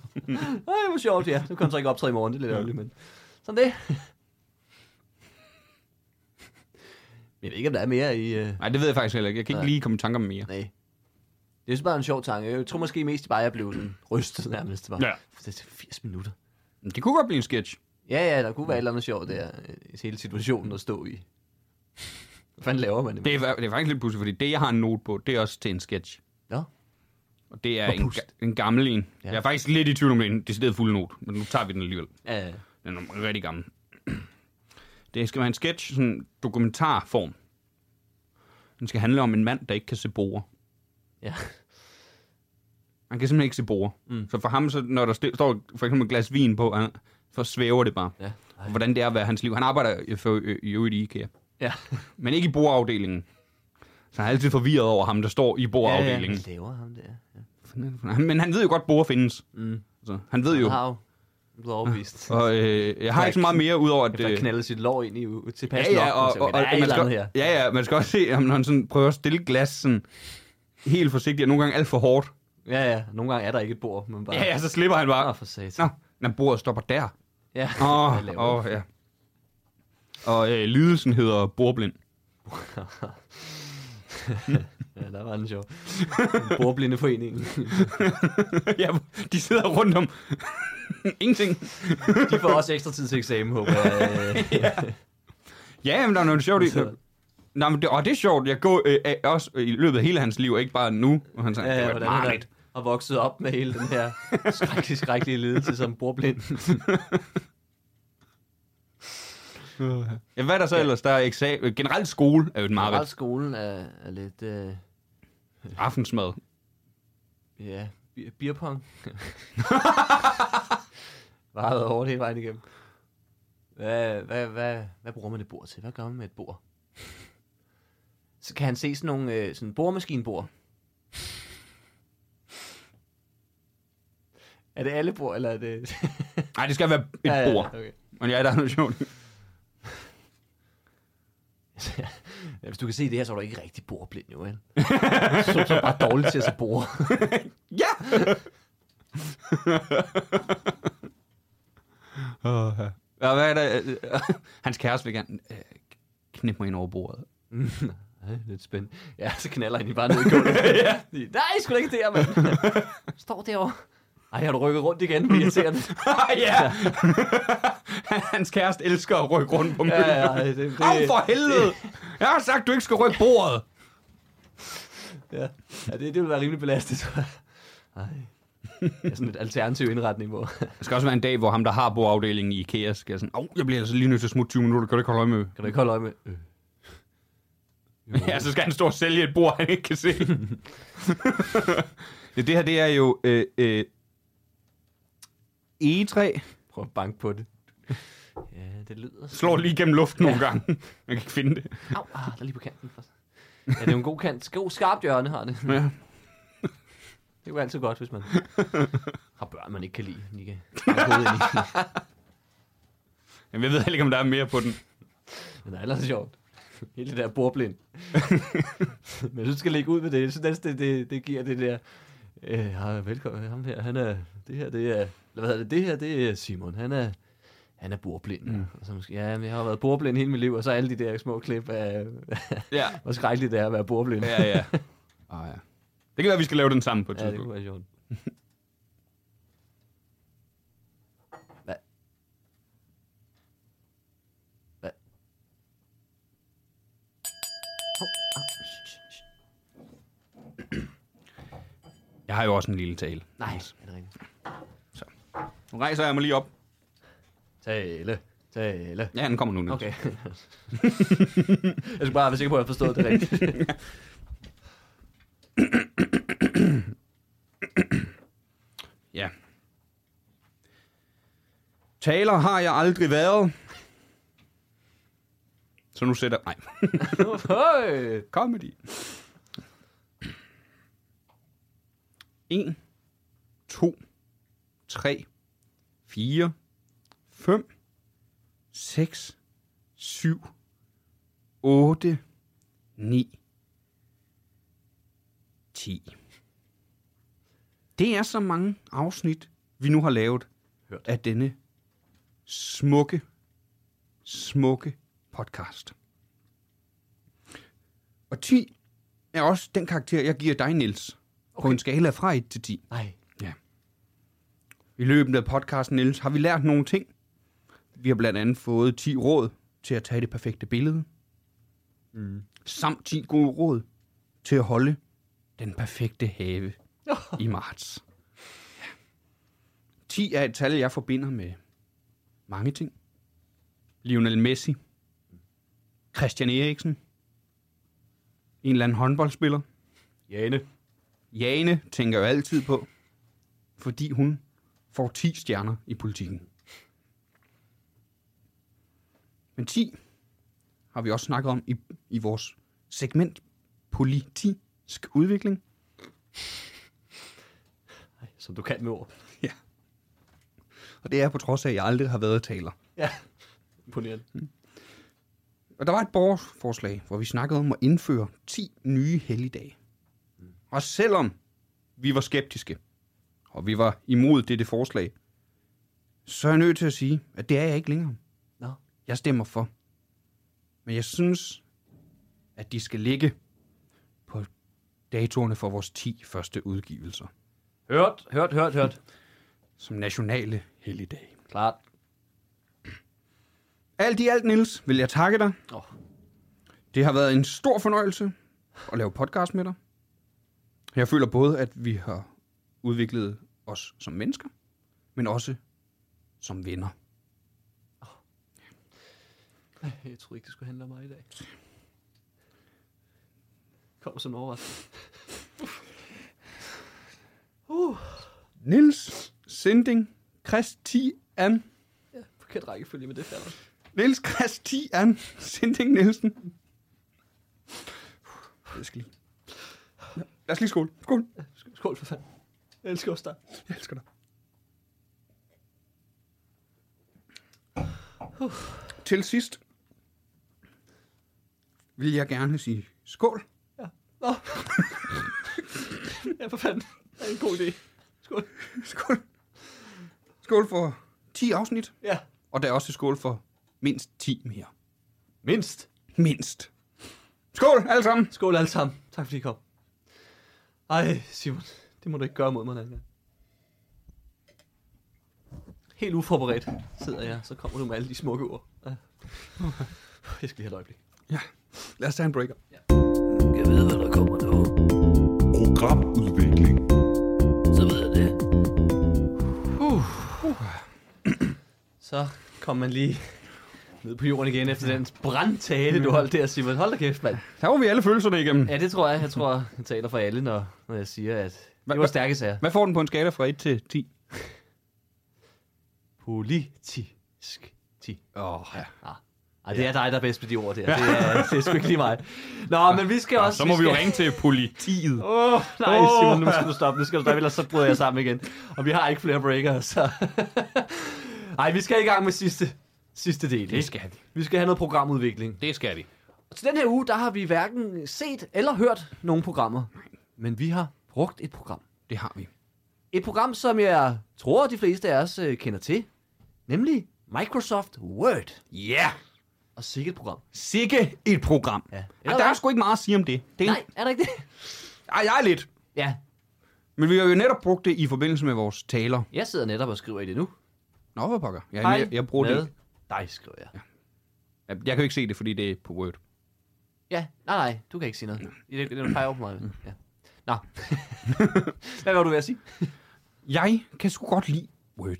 [SPEAKER 3] <laughs> Ej, hvor sjovt, ja. Nu kan han så ikke optræde i morgen. Det er lidt ærgerligt, men... Sådan det. <laughs> Jeg ved ikke, om der er mere i... Øh...
[SPEAKER 1] Nej, det ved jeg faktisk heller ikke. Jeg kan ikke
[SPEAKER 3] Nej.
[SPEAKER 1] lige komme i tanker om mere.
[SPEAKER 3] Nej. Det er så bare en sjov tanke. Jeg tror måske mest bare, jeg blev sådan <clears throat> rystet nærmest. Bare.
[SPEAKER 1] Ja.
[SPEAKER 3] Det er 80 minutter.
[SPEAKER 1] Men Det kunne godt blive en sketch.
[SPEAKER 3] Ja, ja, der kunne være et eller andet sjovt der. øh, Hele situationen at stå i. Hvad fanden laver man det?
[SPEAKER 1] Det er, det er faktisk lidt pudsigt, fordi det, jeg har en note på, det er også til en sketch.
[SPEAKER 3] Nå,
[SPEAKER 1] Og det er
[SPEAKER 3] Hvor
[SPEAKER 1] en,
[SPEAKER 3] pust.
[SPEAKER 1] ga- en gammel en.
[SPEAKER 3] Ja.
[SPEAKER 1] Ja. Jeg er faktisk lidt i tvivl om det er en decideret fuld note, men nu tager vi den alligevel.
[SPEAKER 3] ja,
[SPEAKER 1] Den er rigtig gammel. <clears throat> Det skal være en sketch, sådan en dokumentarform. Den skal handle om en mand, der ikke kan se borer.
[SPEAKER 3] ja.
[SPEAKER 1] Han kan simpelthen ikke se borer. Mm. Så for ham, så, når der sti- står for eksempel et glas vin på, han, så svæver det bare.
[SPEAKER 3] Ja.
[SPEAKER 1] Og hvordan det er at være hans liv. Han arbejder i- for, i øvrigt i IKEA.
[SPEAKER 3] ja.
[SPEAKER 1] Men ikke i brugerafdelingen. Så han er altid forvirret over ham, der står i bordafdelingen.
[SPEAKER 3] Hvad laver ham der? Ja.
[SPEAKER 1] Ja, Men han ved jo godt, bord findes.
[SPEAKER 3] Mm.
[SPEAKER 1] Så han ved jo.
[SPEAKER 3] Han har jo blevet
[SPEAKER 1] <laughs>
[SPEAKER 3] overbevist.
[SPEAKER 1] Og øh, jeg har ikke så meget mere, udover at...
[SPEAKER 3] Efter at
[SPEAKER 1] øh,
[SPEAKER 3] knalde sit lår ind i u- tilpas
[SPEAKER 1] Ja, ja, og,
[SPEAKER 3] nok.
[SPEAKER 1] og,
[SPEAKER 3] Og,
[SPEAKER 1] og,
[SPEAKER 3] der er et
[SPEAKER 1] man
[SPEAKER 3] eller
[SPEAKER 1] skal,
[SPEAKER 3] andet her.
[SPEAKER 1] ja, ja, man skal også se, om når han sådan prøver at stille glas sådan helt forsigtigt, og nogle gange alt for hårdt.
[SPEAKER 3] Ja, ja. Nogle gange er der ikke et bord, men bare...
[SPEAKER 1] Ja, ja, så slipper han bare.
[SPEAKER 3] Nå, for satan.
[SPEAKER 1] Nå, når bordet stopper
[SPEAKER 3] <laughs>
[SPEAKER 1] der.
[SPEAKER 3] Ja. Hvad
[SPEAKER 1] Åh,
[SPEAKER 3] laver
[SPEAKER 1] oh, oh, ja. Og øh, lidelsen hedder bordblind. <laughs>
[SPEAKER 3] du? ja, der var den sjov. Bordblindeforeningen.
[SPEAKER 1] <laughs> ja, de sidder rundt om <laughs> ingenting.
[SPEAKER 3] De får også ekstra tid til eksamen, håber
[SPEAKER 1] <laughs>
[SPEAKER 3] jeg. Øh,
[SPEAKER 1] Ja, men der er noget sjovt i det. Nej, men det, og det er sjovt. Jeg går øh, øh, også i løbet af hele hans liv, og ikke bare nu. Og han sagde,
[SPEAKER 3] Ja, ja,
[SPEAKER 1] det
[SPEAKER 3] hvordan
[SPEAKER 1] var
[SPEAKER 3] han
[SPEAKER 1] meget
[SPEAKER 3] er- har vokset op med hele den her skrækkelige, skrækkelige lidelse som bordblind.
[SPEAKER 1] Ja, hvad er der så ellers? Der er eksamen. Generelt skole er jo et <laughs>
[SPEAKER 3] Generelt
[SPEAKER 1] mareridt.
[SPEAKER 3] skolen er, er lidt, øh,
[SPEAKER 1] Aftensmad.
[SPEAKER 3] ja, bi- beerpong. <laughs> Bare været hårdt hele vejen igennem. Hvad, hvad, hvad, hvad bruger man et bord til? Hvad gør man med et bord? Så kan han se sådan nogle øh, sådan boremaskинebord? Er det alle bord, eller er det... Et
[SPEAKER 1] Nej, det skal være et
[SPEAKER 3] <laughs>
[SPEAKER 1] ja, bord.
[SPEAKER 3] okay.
[SPEAKER 1] Men ja, der er noget sjovt.
[SPEAKER 3] Ja, hvis du kan se det her, så er du ikke <laughs> rigtig bordblind, jo, vel? så, så er du bare dårlig til at se bord.
[SPEAKER 1] <laughs> Ja! oh, ja. Og hvad er der? øh, <laughs> Hans kæreste vil gerne øh, knippe mig ind over
[SPEAKER 3] <laughs>
[SPEAKER 1] bordet.
[SPEAKER 3] Nej, lidt spændt. Ja, så knaller han i bare ned i <laughs> gulvet. ja. Nej, sgu da ikke der, mand. Står derovre. Ej, har du rykket rundt igen? Det er irriterende.
[SPEAKER 1] ja! <laughs> Hans kæreste elsker at rykke rundt på møbler.
[SPEAKER 3] Ja, ja, ej, det, det,
[SPEAKER 1] Au for helvede! Jeg har sagt, du ikke skal rykke bordet.
[SPEAKER 3] ja. ja det, det ville være rimelig belastet, tror jeg. Ej. Det er sådan et alternativ indretning, hvor...
[SPEAKER 1] Der skal også være en dag, hvor ham, der har bordafdelingen i IKEA, skal sådan, åh, oh, jeg bliver altså lige nødt til at smutte 20 minutter, kan du ikke holde øje med?
[SPEAKER 3] Kan du ikke holde øje med? Øh.
[SPEAKER 1] Ja, så skal han stå og sælge et bord, han ikke kan se. <laughs> ja, det her, det er jo øh, øh, E E3.
[SPEAKER 3] Prøv at banke på det. Ja, det lyder... sådan.
[SPEAKER 1] Slår lige gennem luften nogle gange. Jeg kan ikke finde det.
[SPEAKER 3] Au, ah, der er lige på kanten. først. Ja, det er jo en god kant. God skarpt hjørne har det.
[SPEAKER 1] Ja.
[SPEAKER 3] Det er jo altid
[SPEAKER 1] <laughs>
[SPEAKER 3] godt, hvis man har børn, man ikke kan lide. Man kan banke hovedet ind
[SPEAKER 1] <laughs>
[SPEAKER 3] i.
[SPEAKER 1] Jamen, jeg ved heller ikke, om der er mere på den.
[SPEAKER 3] Men det er ellers sjovt. Hele det der
[SPEAKER 1] <laughs>
[SPEAKER 3] bordblind. Men jeg synes, du skal lægge ud med det. Jeg synes, det, det, det, det giver det der... Øh, ja, velkommen, ham her, han er... Det her, det er... Eller hvad hedder det? Det her, det er Simon. Han er... Han er bordblind. Mm. Og så måske, ja, men jeg har været bordblind hele mit liv, og så alle de der små klip af, <laughs>
[SPEAKER 1] Ja.
[SPEAKER 3] hvor skrækkeligt det er at være bordblind.
[SPEAKER 1] Ja, <laughs> ja. Oh, ja. Det kan være, at vi skal lave den sammen på et
[SPEAKER 3] ja det kunne
[SPEAKER 1] tidspunkt.
[SPEAKER 3] være <laughs> sjovt. Hvad? Hvad? Hov, au, shh, shh, shh.
[SPEAKER 1] Jeg har jo også en lille tale.
[SPEAKER 3] Nej, er det rigtigt?
[SPEAKER 1] Nu rejser jeg mig lige op.
[SPEAKER 3] Tale, tale.
[SPEAKER 1] Ja, den kommer nu. Niels.
[SPEAKER 5] <laughs>
[SPEAKER 3] Okay. jeg skal bare være sikker på, at jeg forstod det
[SPEAKER 5] <laughs>
[SPEAKER 3] rigtigt.
[SPEAKER 1] Ja. Taler har jeg aldrig været. Så nu sætter... Nej.
[SPEAKER 3] Høj!
[SPEAKER 1] Comedy. En, to, tre, fire, fem, seks, syv, otte, ni, ti. Det er så mange afsnit, vi nu har lavet
[SPEAKER 3] Hørt.
[SPEAKER 1] af denne smukke, smukke podcast. Og 10 er også den karakter, jeg giver dig, Nils. Okay. På en skala fra 1 til 10.
[SPEAKER 3] Nej,
[SPEAKER 1] I løbet af podcasten, Nils, har vi lært nogle ting. Vi har blandt andet fået 10 råd til at tage det perfekte billede. Mm. Samt 10 gode råd til at holde den perfekte have i marts. Ja. 10 er et tal, jeg forbinder med mange ting. Lionel Messi. Christian Eriksen. En eller anden håndboldspiller.
[SPEAKER 3] Jane.
[SPEAKER 1] Jane tænker jo altid på, fordi hun får 10 stjerner i politikken. Men 10 har vi også snakket om i, i vores segment politisk udvikling.
[SPEAKER 5] Ej, Som du kan med ord.
[SPEAKER 1] Ja. Og det er på trods af, at jeg aldrig har været taler.
[SPEAKER 5] Ja. Imponerende.
[SPEAKER 1] Og der var et borgerforslag, hvor vi snakkede om at indføre 10 nye helligdage. Og selvom vi var skeptiske, og vi var imod dette forslag, så er jeg nødt til at sige, at det er jeg ikke længere.
[SPEAKER 5] Nå.
[SPEAKER 1] Jeg stemmer for. Men jeg synes, at de skal ligge på datoerne for vores 10 første udgivelser,
[SPEAKER 5] Hørt, hørt, hørt, hørt.
[SPEAKER 1] som nationale helligdage.
[SPEAKER 5] Klart.
[SPEAKER 1] Alt i alt, Nils, vil jeg takke dig.
[SPEAKER 5] Oh,
[SPEAKER 1] Det har været en stor fornøjelse at lave podcast med dig. Jeg føler både, at vi har udviklet os som mennesker, men også som venner.
[SPEAKER 5] <laughs> jeg troede ikke, det skulle handle om mig i dag. Kom som en overraskelse.
[SPEAKER 1] Nils Sinding Christian.
[SPEAKER 5] Forkert rækkefølge med det falder.
[SPEAKER 1] Nils Christian Sinding Nielsen. Jeg skal lige. Ja, Lad os lige skåle. Skål.
[SPEAKER 5] Sk- Skål for fanden. Jeg elsker også dig.
[SPEAKER 1] Jeg elsker dig. Til sidst vil jeg gerne sige skål.
[SPEAKER 5] Nå. ja, for fanden. Det er en god idé. Skål.
[SPEAKER 1] Skål. Skål for 10 afsnit,
[SPEAKER 5] Ja.
[SPEAKER 1] og der er også skål for mindst 10 mere.
[SPEAKER 5] Mindst.
[SPEAKER 1] Mindst. Skål, alle sammen.
[SPEAKER 5] Skål alle sammen. Tak fordi I kom. Ej, Simon. Det må du ikke gøre mod mig en anden gang. Helt uforberedt sidder jeg, så kommer du med alle de smukke ord. Ej. Jeg skal lige have et øjeblik.
[SPEAKER 1] Ja, lad os tage en breaker.
[SPEAKER 6] Jeg ved, hvad der kommer nu.
[SPEAKER 7] Programudvikling.
[SPEAKER 6] Så ved jeg det.
[SPEAKER 5] Uh. Så kom man lige ned på jorden igen efter den brandtale, du holdt der, Simon. Hold da kæft, mand.
[SPEAKER 1] Der var vi alle følelserne igennem.
[SPEAKER 5] Ja, det tror jeg. Jeg tror, jeg taler for alle, når, når jeg siger, at
[SPEAKER 1] Hva-
[SPEAKER 5] det var
[SPEAKER 1] hva-
[SPEAKER 5] stærke sager.
[SPEAKER 1] Hvad får den på en skala fra 1 til 10?
[SPEAKER 5] Politisk. Ti.
[SPEAKER 1] Åh, oh, ja.
[SPEAKER 5] Ah. Ej, det er dig, der er bedst med de ord der. Det er, det er sgu ikke lige mig. Nå, men vi skal også...
[SPEAKER 1] Så må vi jo
[SPEAKER 5] skal-
[SPEAKER 1] ringe til politiet.
[SPEAKER 5] Åh, oh, nej,
[SPEAKER 1] Åh.
[SPEAKER 5] Simon, nu skal du stoppe. Nu skal du stoppe, ellers så bryder jeg sammen igen. Og vi har ikke flere breakere, så... Ej, vi skal i gang med sidste, sidste del. ikke?
[SPEAKER 1] skal vi.
[SPEAKER 5] Vi skal have noget programudvikling.
[SPEAKER 1] Det skal vi.
[SPEAKER 5] Så den her uge, der har vi hverken set eller hørt nogen programmer. Men vi har brugt et program.
[SPEAKER 1] Det har vi.
[SPEAKER 5] Et program, som jeg tror, de fleste af os øh, kender til. Nemlig Microsoft Word.
[SPEAKER 1] Ja! Yeah.
[SPEAKER 5] Og sikkert et program.
[SPEAKER 1] Sikke et program.
[SPEAKER 5] Ja.
[SPEAKER 1] Ja. Ja, der er sgu ikke meget at sige om det. det er
[SPEAKER 5] Nej, er der ikke det?
[SPEAKER 1] Ej, jeg er lidt.
[SPEAKER 5] Ja,
[SPEAKER 1] Men vi har jo netop brugt det i forbindelse med vores taler.
[SPEAKER 5] jeg sidder netop og skriver i det nu.
[SPEAKER 1] Nå, hvad pokker? Jeg,
[SPEAKER 5] Hej
[SPEAKER 1] jeg, jeg bruger
[SPEAKER 5] med
[SPEAKER 1] det.
[SPEAKER 5] dig, skriver jeg. Ja.
[SPEAKER 1] Jeg, jeg kan jo ikke se det, fordi det er på Word.
[SPEAKER 5] ja, nej, nej, du kan ikke sige noget. Det, det, det peger over på mig. Ja. Nå. Mm. <laughs> Hvad var du ved at sige?
[SPEAKER 1] Jeg kan sgu godt lide Word.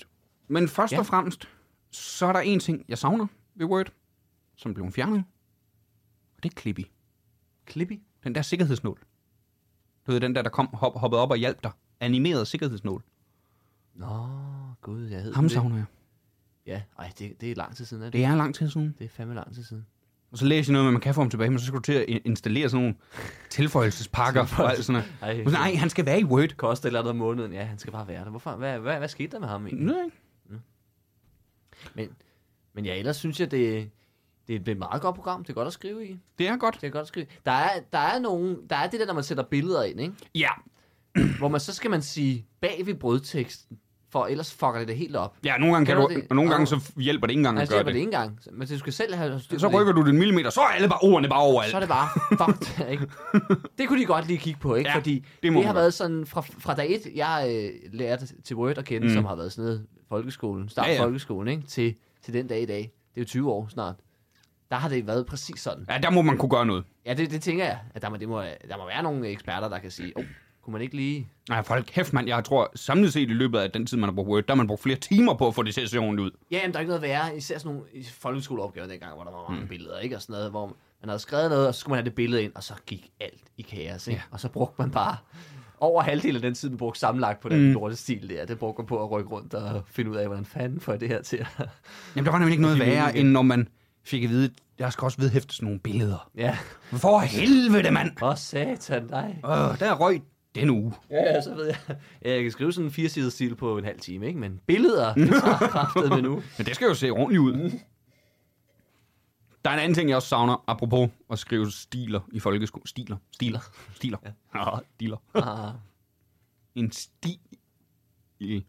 [SPEAKER 1] Men først
[SPEAKER 5] Ja.
[SPEAKER 1] ja. og fremmest, så er der en ting, jeg savner ved Word, som blev fjernet. Og det er Clippy.
[SPEAKER 5] Clippy.
[SPEAKER 1] Den der sikkerhedsnål. Du ved, den der, der kom hop, hoppede op og hjalp dig. Animeret sikkerhedsnål.
[SPEAKER 5] Nå, gud, jeg hed
[SPEAKER 1] Ham
[SPEAKER 5] den det.
[SPEAKER 1] savner jeg.
[SPEAKER 5] Ja, ej, det, det er lang tid siden, er det?
[SPEAKER 1] Det er lang tid siden.
[SPEAKER 5] Det er fandme lang tid siden.
[SPEAKER 1] Og så læser jeg noget med, at man kan få ham tilbage, men så skal du til at in- installere sådan nogle <laughs> tilføjelsespakker og alt sådan
[SPEAKER 5] Ej,
[SPEAKER 1] noget. Nej, han skal være i Word.
[SPEAKER 5] koster et eller andet om måneden. Ja, han skal bare være der. Hvorfor? Hvad, hvad, hvad skete der med ham egentlig?
[SPEAKER 1] Nej.
[SPEAKER 5] Men, men ja, ellers synes jeg, det, det er et meget godt program. Det er godt at skrive i.
[SPEAKER 1] Det er godt.
[SPEAKER 5] Det er godt at skrive. Der er, der er, nogen, der er det der, når man sætter billeder ind, ikke?
[SPEAKER 1] Ja,
[SPEAKER 5] Hvor man så skal man sige bag ved brødteksten, for ellers fucker det det helt op.
[SPEAKER 1] ja nogle gange, kan
[SPEAKER 5] Kender
[SPEAKER 1] du,
[SPEAKER 5] det?
[SPEAKER 1] og nogle gange
[SPEAKER 5] Åh.
[SPEAKER 1] så hjælper det ikke engang at
[SPEAKER 5] Altså,
[SPEAKER 1] gøre
[SPEAKER 5] det var det
[SPEAKER 1] det.
[SPEAKER 5] ikke engang. Så- Men du skal selv have styr
[SPEAKER 1] Så
[SPEAKER 5] på det.
[SPEAKER 1] rykker du den en millimeter, så er alle bare ordene bare overalt.
[SPEAKER 5] Så er det bare
[SPEAKER 1] <laughs>
[SPEAKER 5] fucked, ikke? Det kunne de godt lige kigge på, ikke?
[SPEAKER 1] Ja,
[SPEAKER 5] Fordi
[SPEAKER 1] det
[SPEAKER 5] det,
[SPEAKER 1] må man
[SPEAKER 5] det har
[SPEAKER 1] godt.
[SPEAKER 5] været sådan fra, fra dag et, jeg øh, lærte til Word at kende, mm. som har været sådan noget folkeskolen, start
[SPEAKER 1] Ja,
[SPEAKER 5] ja,
[SPEAKER 1] ja.
[SPEAKER 5] ja. folkeskolen, ikke? Til, til den dag i dag. Det er jo 20 år snart. Der har det været præcis sådan.
[SPEAKER 1] Ja, der må man kunne gøre noget.
[SPEAKER 5] Ja, det, det tænker jeg, at der må, det må, der må være nogle eksperter, der kan sige, oh, kunne man ikke lige...
[SPEAKER 1] Nej, folk, kæft mand, jeg tror samlet set i løbet af den tid, man har brugt Word, der har man brugt flere timer på at få det til at se ordentligt ud.
[SPEAKER 5] Ja, jamen, der er ikke noget værre, især sådan nogle i folkeskoleopgaver dengang, hvor der var mange mm. billeder, ikke? Og sådan noget, hvor man havde skrevet noget, og så skulle man have det billede ind, og så gik alt i kaos, ikke? Ja. Og så brugte man bare over halvdelen af den tid, man brugte sammenlagt på den mm. lorte stil der. Det brugte man på at rykke rundt og finde ud af, hvordan fanden får jeg det her til at...
[SPEAKER 1] Jamen, der var nemlig ikke noget
[SPEAKER 5] Det giver
[SPEAKER 1] værre,
[SPEAKER 5] mening, ja.
[SPEAKER 1] end når man fik jeg at vide, at jeg skal også vedhæfte sådan nogle billeder.
[SPEAKER 3] <laughs> Ja.
[SPEAKER 1] For helvede, mand!
[SPEAKER 3] Åh, satan, nej.
[SPEAKER 1] Øh, der røg den uge.
[SPEAKER 3] Ja, ja, så ved jeg. Ja, jeg kan skrive sådan en firesidet stil på en halv time, ikke? Men billeder, det tager kraftet
[SPEAKER 1] <laughs>
[SPEAKER 3] med nu.
[SPEAKER 1] Men det skal jo se ordentligt ud. Der er en anden ting, jeg også savner, apropos at skrive stiler i folkeskolen. Stiler. Stiler. Stiler. <laughs> Ja. stiler.
[SPEAKER 3] Ah,
[SPEAKER 1] En sti... I...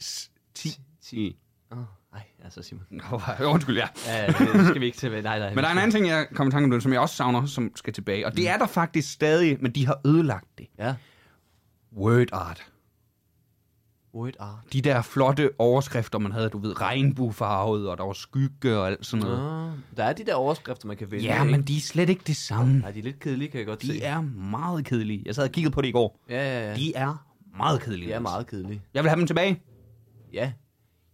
[SPEAKER 1] S- Ti... Ti...
[SPEAKER 3] oh, nej, altså Simon.
[SPEAKER 1] Nå, <laughs> Undskyld, ja.
[SPEAKER 3] Ja, det skal vi ikke til. Nej, nej.
[SPEAKER 1] Men der er en anden ting, jeg kom i tanke om, det, som jeg også savner, som skal tilbage. Og det er der faktisk stadig, men de har ødelagt det.
[SPEAKER 3] Mm. Ja.
[SPEAKER 1] Word art.
[SPEAKER 3] Word art.
[SPEAKER 1] De der flotte overskrifter, man havde, du ved, regnbuefarvet, og der var skygge og alt sådan noget.
[SPEAKER 3] Oh, der er de der overskrifter, man kan vælge.
[SPEAKER 1] Ja,
[SPEAKER 3] ikke?
[SPEAKER 1] men de er slet ikke det samme.
[SPEAKER 3] Nej, de er lidt kedelige, kan jeg godt se.
[SPEAKER 1] De er meget kedelige. Jeg sad og kiggede på det i går.
[SPEAKER 3] Ja, ja, ja.
[SPEAKER 1] De er meget kedelige.
[SPEAKER 3] de er
[SPEAKER 1] Mads.
[SPEAKER 3] meget kedelige.
[SPEAKER 1] Jeg vil have dem tilbage.
[SPEAKER 3] Ja.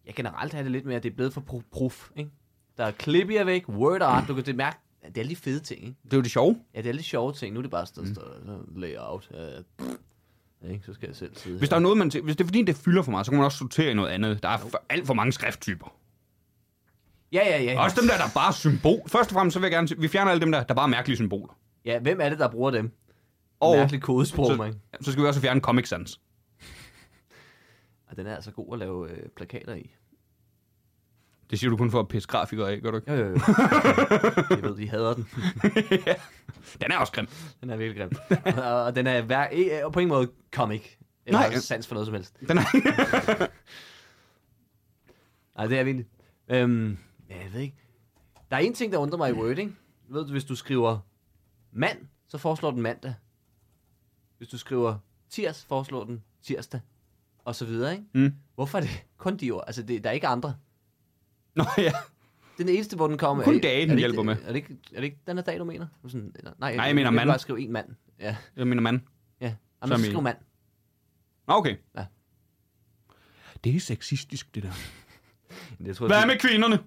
[SPEAKER 3] Jeg generelt har det lidt med, at det er blevet for pro- prof, ikke? Der er klip i er væk, word art, du kan det mærke, at det er lige fede ting, ikke?
[SPEAKER 1] Det er jo det sjove.
[SPEAKER 3] Ja, det er lidt sjove ting, nu er det bare sådan, mm. layout, øh, pff, ikke? Så skal jeg selv sidde
[SPEAKER 1] Hvis, der er noget, man til, hvis det er fordi, det fylder for meget, så kan man også sortere i noget andet. Der er for, alt for mange skrifttyper.
[SPEAKER 3] Ja, ja, ja.
[SPEAKER 1] Også dem der, der er bare er symbol. Først og fremmest, så vil jeg gerne sige, vi fjerner alle dem der, der bare er mærkelige symboler.
[SPEAKER 3] Ja, hvem er det, der bruger dem?
[SPEAKER 1] Og-
[SPEAKER 3] Og Mærkeligt kodesprog,
[SPEAKER 1] så,
[SPEAKER 3] man.
[SPEAKER 1] så skal vi også fjerne Comic Sans.
[SPEAKER 3] Og den er altså god at lave øh, plakater i.
[SPEAKER 1] Det siger du kun for at pisse grafikere af, gør du ikke?
[SPEAKER 3] Jo, jo, <laughs> jo. jeg ved, de hader den.
[SPEAKER 1] Den er også grim.
[SPEAKER 3] Den er
[SPEAKER 1] <laughs>
[SPEAKER 3] virkelig grim. og, og den er hver, ikke- og på ingen måde comic. Eller
[SPEAKER 1] Nej.
[SPEAKER 3] Nej. sans for noget som helst.
[SPEAKER 1] Den er... <laughs>
[SPEAKER 3] Nej, det er vi egentlig. Øhm, ja, jeg ved ikke. Der er en ting, der undrer mig i Word, ikke? Ved du, hvis du skriver mand, så foreslår den mandag. Hvis du skriver tirs, foreslår den tirsdag. Og så videre, ikke?
[SPEAKER 1] Mm.
[SPEAKER 3] Hvorfor er det kun de ord? Altså, det, der er ikke andre.
[SPEAKER 1] Nå ja.
[SPEAKER 3] Det er den eneste, hvor den kommer.
[SPEAKER 1] Kun
[SPEAKER 3] Er-
[SPEAKER 1] dage,
[SPEAKER 3] er
[SPEAKER 1] den
[SPEAKER 3] det ikke-
[SPEAKER 1] hjælper med.
[SPEAKER 3] Er det, ikke, er det ikke den her dag, du mener? Sådan, eller- nej,
[SPEAKER 1] jeg mener
[SPEAKER 3] vil
[SPEAKER 1] mand.
[SPEAKER 3] bare skrive en mand. Ja,
[SPEAKER 1] Jeg mener mand.
[SPEAKER 3] ja.
[SPEAKER 1] Så
[SPEAKER 3] Jamen, så
[SPEAKER 1] mener-
[SPEAKER 3] skriv mand.
[SPEAKER 1] Nå, okay.
[SPEAKER 3] Ja.
[SPEAKER 1] Det er sexistisk, det der.
[SPEAKER 3] Jeg, tror,
[SPEAKER 1] Hvad med kvinderne?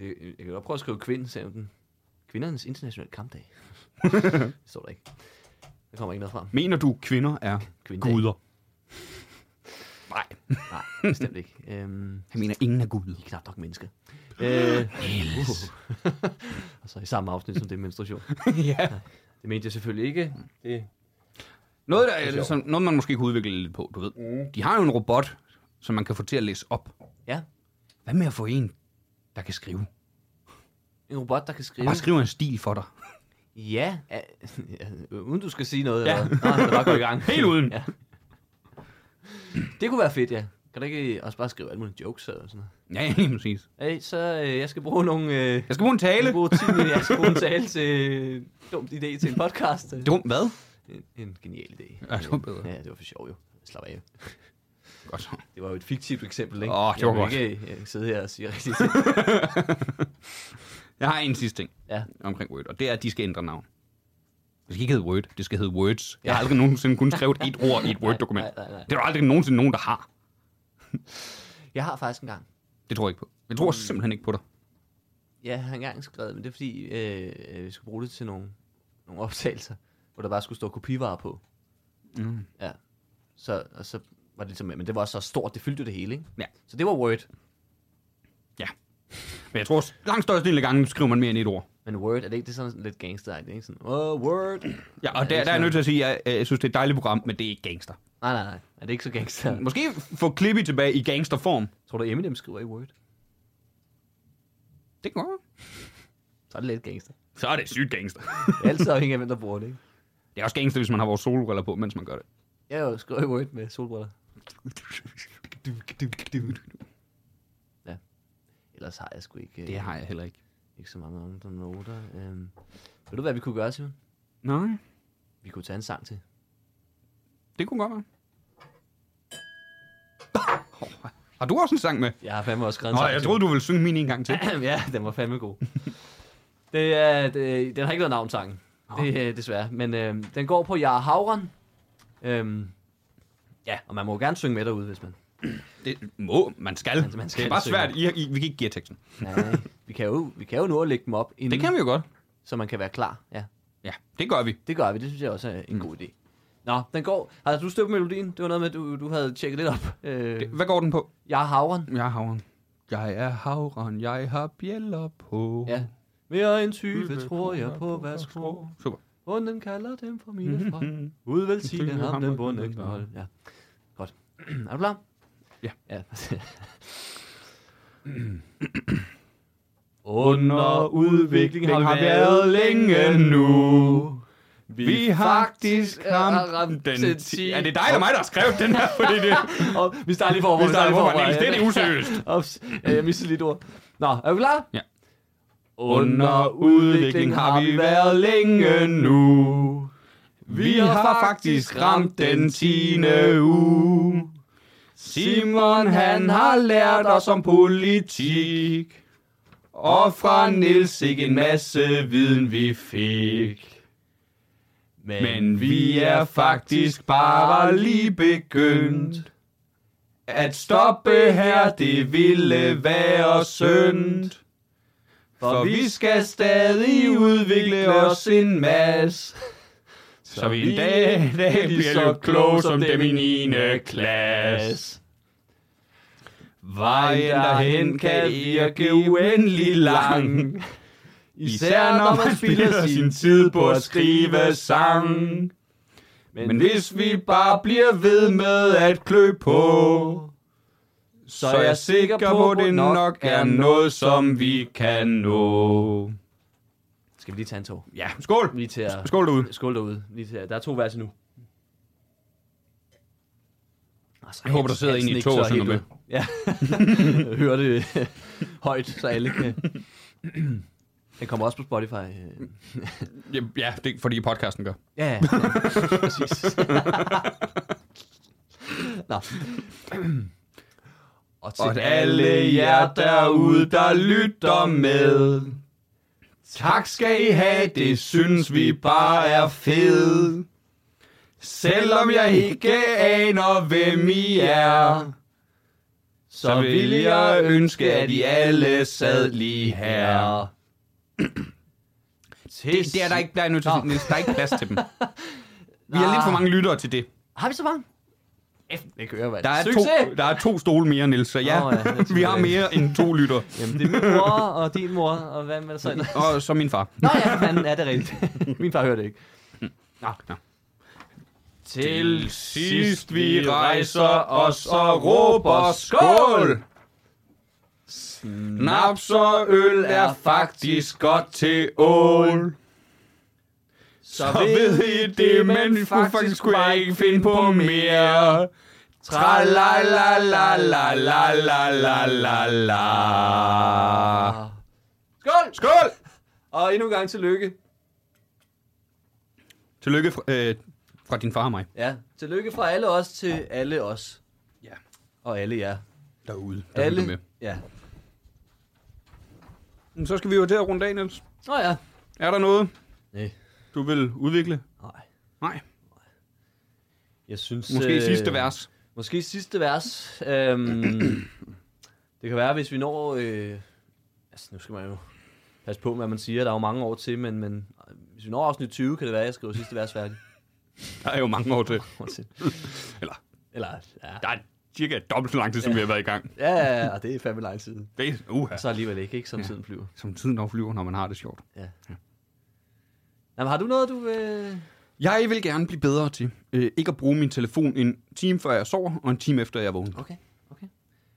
[SPEAKER 3] Jeg, jeg kan godt prøve at skrive kvinde, sagde den. Kvindernes internationale
[SPEAKER 1] <laughs>
[SPEAKER 3] kampdag. det står der ikke. Der kommer ikke noget frem.
[SPEAKER 1] Mener du, kvinder er
[SPEAKER 3] Kvindedag.
[SPEAKER 1] guder? Nej.
[SPEAKER 3] Nej, bestemt ikke. Øhm,
[SPEAKER 1] Jeg mener, ingen er guder.
[SPEAKER 3] I er knap nok mennesker. Øh, uh. <laughs> og så i samme afsnit som det er menstruation.
[SPEAKER 1] <laughs> ja. Mm.
[SPEAKER 3] Det mente jeg selvfølgelig ikke. Det.
[SPEAKER 1] Noget, der, som, noget, man måske kunne udvikle lidt på, du ved. Mm. De har jo en robot, som man kan få til at læse op.
[SPEAKER 3] Ja,
[SPEAKER 1] Hvad med at få en, der kan skrive?
[SPEAKER 3] en robot, der kan skrive.
[SPEAKER 1] Bare skrive en stil for dig.
[SPEAKER 3] Ja, ja, ja, uden du skal sige noget.
[SPEAKER 1] Ja.
[SPEAKER 3] Ja. Eller, nej, bare gå i
[SPEAKER 1] <laughs>
[SPEAKER 3] gang.
[SPEAKER 1] Helt uden.
[SPEAKER 3] Ja. Det kunne være fedt, ja. Kan du ikke også bare skrive alle mulige jokes eller sådan noget?
[SPEAKER 1] Ja, ja, lige præcis.
[SPEAKER 3] Hey, så øh, jeg skal bruge nogle... Øh,
[SPEAKER 1] Jeg skal bruge en tale.
[SPEAKER 3] Jeg bruger 10 minutter, jeg skal bruge en tale til øh, dumt idé til en podcast. Øh,
[SPEAKER 1] Dum hvad?
[SPEAKER 3] En, en genial idé.
[SPEAKER 1] Ja, det var bedre.
[SPEAKER 3] Ja, det var for sjov jo. Slap af.
[SPEAKER 1] Godt så.
[SPEAKER 3] Det var jo et fiktivt eksempel, ikke?
[SPEAKER 1] Åh, det
[SPEAKER 3] Jeg
[SPEAKER 1] var
[SPEAKER 3] vil
[SPEAKER 1] godt.
[SPEAKER 3] Ikke, jeg kan sidde her og sige rigtigt.
[SPEAKER 1] Jeg har en sidste ting
[SPEAKER 3] Ja.
[SPEAKER 1] omkring Word, og det er, at de skal ændre navn. Det skal ikke hedde Word, det skal hedde Words. Jeg har
[SPEAKER 3] Ja.
[SPEAKER 1] aldrig nogensinde kun skrevet et ord i
[SPEAKER 3] <laughs>
[SPEAKER 1] et Word-dokument.
[SPEAKER 3] nej, nej, nej.
[SPEAKER 1] Det er der aldrig nogensinde nogen, der har.
[SPEAKER 3] Jeg har faktisk engang,
[SPEAKER 1] Det tror jeg ikke på. Jeg
[SPEAKER 3] Mm.
[SPEAKER 1] tror simpelthen ikke på dig.
[SPEAKER 3] jeg har engang skrevet, men det er fordi, øh, vi skulle bruge det til nogle, nogle optagelser, hvor der bare skulle stå kopivarer på. Mm. Ja. Så, og så var det ligesom, men det var så stort, det fyldte jo det hele, ikke?
[SPEAKER 1] Ja.
[SPEAKER 3] Så det var Word.
[SPEAKER 1] Ja. Men jeg tror, langt størstedelen af gangen skriver man mere end et ord.
[SPEAKER 3] Men Word, er det ikke det er sådan lidt gangster ikke? Sådan, oh, Word.
[SPEAKER 1] Ja, og
[SPEAKER 3] Ja, det
[SPEAKER 1] der,
[SPEAKER 3] er
[SPEAKER 1] der er jeg
[SPEAKER 3] sådan-
[SPEAKER 1] nødt til at sige, at jeg, jeg synes, det er et dejligt program, men det er ikke gangster.
[SPEAKER 3] Nej, nej, nej. Er det ikke så gangster?
[SPEAKER 1] Måske få Clippy tilbage i gangsterform.
[SPEAKER 3] Tror du, Eminem skriver i Word?
[SPEAKER 1] Det går.
[SPEAKER 3] Så er det lidt gangster.
[SPEAKER 1] Så er det sygt gangster.
[SPEAKER 3] Det er altid afhængig af, hvem der bruger det, ikke?
[SPEAKER 1] Det er også gangster, hvis man har vores solbriller på, mens man gør det.
[SPEAKER 3] Jeg har jo skrevet i Word med solbriller. Ja. Ellers har jeg sgu ikke, øh,
[SPEAKER 1] Det har jeg heller ikke.
[SPEAKER 3] ikke så mange andre noter. Øhm, ved du, hvad vi kunne gøre, Simon?
[SPEAKER 1] Nej,
[SPEAKER 3] Vi kunne tage en sang til.
[SPEAKER 1] det kunne godt være. Har du også en sang med?
[SPEAKER 3] Jeg har fandme også skrevet en
[SPEAKER 1] Nå,
[SPEAKER 3] sang
[SPEAKER 1] jeg
[SPEAKER 3] til.
[SPEAKER 1] troede, du ville synge min en gang til.
[SPEAKER 3] <clears throat> ja, den var fandme god. det er, det, den har ikke noget navn, sangen. Det, er desværre. Men øhm, den går på Jar Havren. Øhm, ja, og man må jo gerne synge med derude, hvis man...
[SPEAKER 1] Det må, man skal.
[SPEAKER 3] Man- man skal
[SPEAKER 1] det er bare
[SPEAKER 3] synge.
[SPEAKER 1] svært. I, I, vi kan ikke give jer teksten.
[SPEAKER 3] Nej, vi kan jo, vi kan jo nu at lægge dem op, inden,
[SPEAKER 1] Det kan vi jo godt.
[SPEAKER 3] så man kan være klar. Ja,
[SPEAKER 1] Ja, det gør vi.
[SPEAKER 3] det gør vi. Det synes jeg også er
[SPEAKER 1] Mm.
[SPEAKER 3] en god idé. Nå, den går... Har du støbt melodien? Det var noget med, at du, du havde tjekket lidt op. Øh,
[SPEAKER 1] Det- Hvad går den på?
[SPEAKER 3] Jeg er havren.
[SPEAKER 1] Jeg har havren. Jeg er havren, jeg har bjæller på.
[SPEAKER 3] Ja. Mere end 20 tror jeg på hver skrå.
[SPEAKER 1] Mm-hmm. Super. Mm-hmm.
[SPEAKER 3] Bunden kalder dem for mine
[SPEAKER 1] <laughs>
[SPEAKER 3] fra. Udvelsigne ham, den bunde knold. Ja. Godt. <clears throat> er du klar?
[SPEAKER 1] Ja.
[SPEAKER 3] ja. <clears throat> Under udvikling har vi været længe nu.
[SPEAKER 1] Vi faktisk har ramt den 10. Er det dig eller mig, der har skrevet den her?
[SPEAKER 3] <laughs>
[SPEAKER 1] Fordi det,
[SPEAKER 3] Og vi starter lige forfra.
[SPEAKER 1] Vi starter lige forfra, Niels.
[SPEAKER 3] ja.
[SPEAKER 1] Det er det useriøst.
[SPEAKER 3] Ups, ja, Øh, jeg mistede lige et ord. Nå, er du klar?
[SPEAKER 1] Ja.
[SPEAKER 3] Under udvikling har vi været længe nu.
[SPEAKER 1] nu.
[SPEAKER 3] Vi har faktisk ramt den 10. uge.
[SPEAKER 1] Simon han har lært os om politik. Og fra Nils ikke en masse viden vi fik. Men vi er faktisk bare lige begyndt. At stoppe her, det ville være synd. For vi skal stadig udvikle os en masse. Så vi en dag, dag bliver lidt kloge som dem i 9. klasse. Vejen derhen kan virke uendelig lang. Især når man spilder sin tid på at skrive sang. Men hvis vi bare bliver ved med at klø på, så er jeg sikker på, at det nok er noget, som vi kan nå.
[SPEAKER 3] Skal vi lige tage en tog?
[SPEAKER 1] Ja, skål!
[SPEAKER 3] Lige til at...
[SPEAKER 1] Skål derude.
[SPEAKER 3] Skål derude. Lige til at... Der er to vers endnu. Altså,
[SPEAKER 1] Jeg håber, der sidder en i toget og synger
[SPEAKER 3] Ja. <laughs> Hør det øh, højt, så alle kan... Den kommer også på Spotify. øh.
[SPEAKER 1] Ja, det er fordi podcasten gør.
[SPEAKER 3] Ja, <laughs> ja, ja. præcis. Nå. Og til
[SPEAKER 1] Og til alle jer derude, der lytter med. Tak skal I have, det synes vi bare er fed. Selvom jeg ikke aner, hvem I er, så vil jeg ønske, at I alle sad lige her.
[SPEAKER 3] Det,
[SPEAKER 1] der er, nødt til,
[SPEAKER 3] Nå.
[SPEAKER 1] der er ikke plads <laughs> til dem. Vi
[SPEAKER 3] har lidt for
[SPEAKER 1] mange lyttere til det.
[SPEAKER 3] Har vi så mange? F, det kører, mand.
[SPEAKER 1] Der er,
[SPEAKER 3] Succes!
[SPEAKER 1] to, der er to stole mere, Nils, så ja,
[SPEAKER 3] Nå, ja, det er
[SPEAKER 1] vi har
[SPEAKER 3] selvfølgelig
[SPEAKER 1] mere end to lytter.
[SPEAKER 3] Jamen, det er min mor og din mor, og hvad med så ellers?
[SPEAKER 1] Og så min far.
[SPEAKER 3] Nå ja, for fanden er
[SPEAKER 1] <laughs>
[SPEAKER 3] det rigtigt. Min far hører det ikke. Nå.
[SPEAKER 1] Nå.
[SPEAKER 3] Til
[SPEAKER 1] sidst vi rejser os og råber skål. Snaps og øl er faktisk godt til ål. Så ved I det, men faktisk kunne jeg ikke finde på mere. Tra la la la la la la la la la.
[SPEAKER 3] Skål!
[SPEAKER 1] Skål!
[SPEAKER 3] Og endnu en gang tillykke.
[SPEAKER 1] Tillykke fra, øh, fra din far og mig
[SPEAKER 3] Ja, tillykke fra alle os til alle os.
[SPEAKER 1] Ja.
[SPEAKER 3] Og alle jer.
[SPEAKER 1] derude. Der lytter
[SPEAKER 3] Alle. Ja.
[SPEAKER 1] Med. Så skal vi jo til at runde af, Niels.
[SPEAKER 3] Nå ja.
[SPEAKER 1] Er der noget,
[SPEAKER 3] Nej.
[SPEAKER 1] du vil udvikle?
[SPEAKER 3] Nej. Øh,
[SPEAKER 1] Nej.
[SPEAKER 3] Jeg synes...
[SPEAKER 1] Måske sidste vers.
[SPEAKER 3] Måske sidste vers. Øhm, det kan være, hvis vi når... Øh, altså, nu skal man jo passe på, hvad man siger. Der er jo mange år til, men, men hvis vi når afsnit 20, kan det være, at jeg skriver sidste vers færdig.
[SPEAKER 1] Der er jo mange år til.
[SPEAKER 3] Uanset.
[SPEAKER 1] <laughs> Eller-
[SPEAKER 3] Eller, ja.
[SPEAKER 1] Der er cirka dobbelt så lang tid, som vi har været i gang.
[SPEAKER 3] Ja, ja, ja, og det er fandme lang tid.
[SPEAKER 1] Det er uha.
[SPEAKER 3] Så alligevel ikke, ikke? Som tiden flyver.
[SPEAKER 1] Som tiden overflyver, når man har det sjovt.
[SPEAKER 3] Ja. Jamen, har du noget, du... Øh...
[SPEAKER 1] Jeg vil gerne blive bedre til øh, ikke at bruge min telefon en time før jeg sover, og en time efter jeg vågner.
[SPEAKER 3] Okay, okay.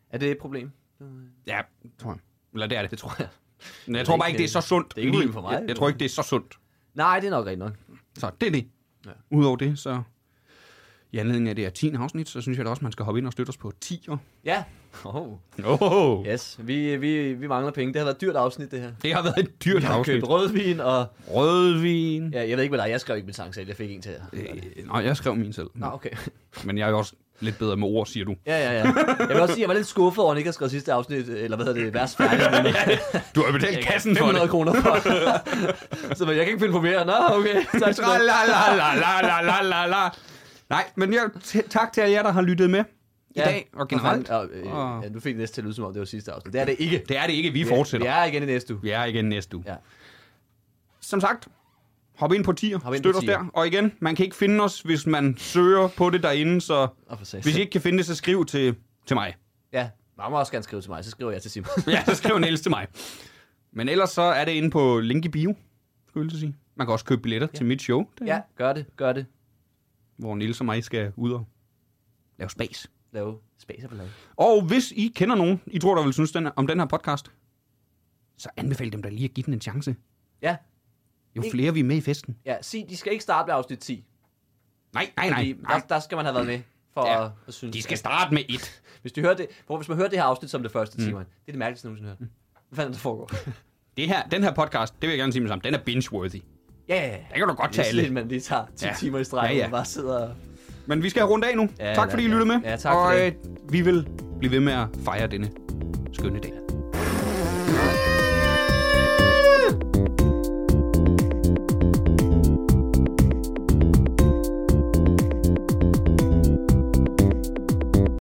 [SPEAKER 3] Er det et problem?
[SPEAKER 1] Ja, tror jeg. Eller det er det.
[SPEAKER 3] Det tror jeg.
[SPEAKER 1] Men jeg tror bare ikke, det er så sundt.
[SPEAKER 3] Det er ikke
[SPEAKER 1] Lige-
[SPEAKER 3] uden for mig.
[SPEAKER 1] Jeg, jeg tror ikke, det er så sundt.
[SPEAKER 3] Nej, det er nok rigtigt nok.
[SPEAKER 1] Så det er det.
[SPEAKER 3] Ja.
[SPEAKER 1] Udover det, så i anledning af det her 10. afsnit, så synes jeg da også, man skal hoppe ind og støtte os på 10'er.
[SPEAKER 3] Ja. Oh.
[SPEAKER 1] Oh. Ja.
[SPEAKER 3] Yes, vi, vi, vi mangler penge. Det har været et dyrt afsnit, det her.
[SPEAKER 1] Det har været et dyrt
[SPEAKER 3] Jeg har
[SPEAKER 1] afsnit.
[SPEAKER 3] købt rødvin, og
[SPEAKER 1] Rødvin. Ja.
[SPEAKER 3] Ja, jeg ved ikke, hvad der er. Jeg skrev ikke min sang selv. Jeg fik en til jer.
[SPEAKER 1] Øh, nej, jeg skrev min selv.
[SPEAKER 3] Nå, okay.
[SPEAKER 1] Men jeg er jo også lidt bedre med ord, siger du.
[SPEAKER 3] Ja, ja, ja. Jeg vil også sige, at jeg var lidt skuffet over, at han ikke har skrevet sidste afsnit, eller hvad hedder det, vers færdig. Men
[SPEAKER 1] Du har betalt kassen for det.
[SPEAKER 3] 500 kroner for. Så men jeg kan ikke finde på mere. Nå, okay. Tak skal du have.
[SPEAKER 1] Tralalalalalalalala. Nej, men jeg, t- tak til alle jer, der har lyttet med i
[SPEAKER 3] Ja.
[SPEAKER 1] dag og generelt.
[SPEAKER 3] Ja, øh,
[SPEAKER 1] Og-
[SPEAKER 3] ja, nu fik det næste til at lyde, som om det var sidste afsnit. Det er det ikke.
[SPEAKER 1] Det er det ikke, vi fortsætter.
[SPEAKER 3] Vi er igen i næste uge.
[SPEAKER 1] Vi er igen næste uge.
[SPEAKER 3] Ja.
[SPEAKER 1] Som sagt, hop ind på tier,
[SPEAKER 3] Hop ind
[SPEAKER 1] støt
[SPEAKER 3] på
[SPEAKER 1] os
[SPEAKER 3] tier.
[SPEAKER 1] der. Og igen, man kan ikke finde os, hvis man søger på det derinde, så
[SPEAKER 3] Og for satan.
[SPEAKER 1] hvis I ikke kan finde det, så skriv til, til mig.
[SPEAKER 3] Ja, Man må også gerne skrive til mig, så skriver jeg til Simon.
[SPEAKER 1] Ja, så skriv Niels til mig. Men ellers så er det inde på link i bio, skulle jeg lige sige. Man kan også købe billetter ja. til mit show, derinde,
[SPEAKER 3] ja, gør det, gør det.
[SPEAKER 1] hvor Niels og mig skal ud og lave spas.
[SPEAKER 3] Lav spacer på lav.
[SPEAKER 1] Og hvis I kender nogen, I tror, der vil synes den, om den her podcast, så anbefal dem da lige at give den en chance.
[SPEAKER 3] Ja,
[SPEAKER 1] Jo
[SPEAKER 3] Ikke-
[SPEAKER 1] flere vi er med i festen.
[SPEAKER 3] ja, sig, de skal ikke starte med afsnit 10.
[SPEAKER 1] Nej, nej, nej.
[SPEAKER 3] Fordi
[SPEAKER 1] nej.
[SPEAKER 3] der, der, skal man have været med for
[SPEAKER 1] Ja.
[SPEAKER 3] ja. at, at, synes.
[SPEAKER 1] De skal starte med et.
[SPEAKER 3] Hvis, du hører det, hvor, hvis man hører det her afsnit som det første, mm. Simon, det er det mærkeligste, jeg nogensinde har hørt. Hvad fanden er der foregår?
[SPEAKER 1] Det her, den her podcast, det vil jeg gerne sige med sammen, den er binge-worthy.
[SPEAKER 3] ja, ja, ja.
[SPEAKER 1] Der kan du godt
[SPEAKER 3] Det er
[SPEAKER 1] tage
[SPEAKER 3] sådan,
[SPEAKER 1] alle.
[SPEAKER 3] man lige tager 10
[SPEAKER 1] Ja.
[SPEAKER 3] ja. timer i streg,
[SPEAKER 1] Ja,
[SPEAKER 3] ja,
[SPEAKER 1] ja.
[SPEAKER 3] ja. og bare sidder og...
[SPEAKER 1] Men vi skal have rundt af nu. Ja,
[SPEAKER 3] Ja,
[SPEAKER 1] tak fordi I
[SPEAKER 3] ja, ja.
[SPEAKER 1] lyttede med.
[SPEAKER 3] Ja, tak for
[SPEAKER 1] og
[SPEAKER 3] det.
[SPEAKER 1] øh, vi vil blive ved med at fejre denne skønne dag.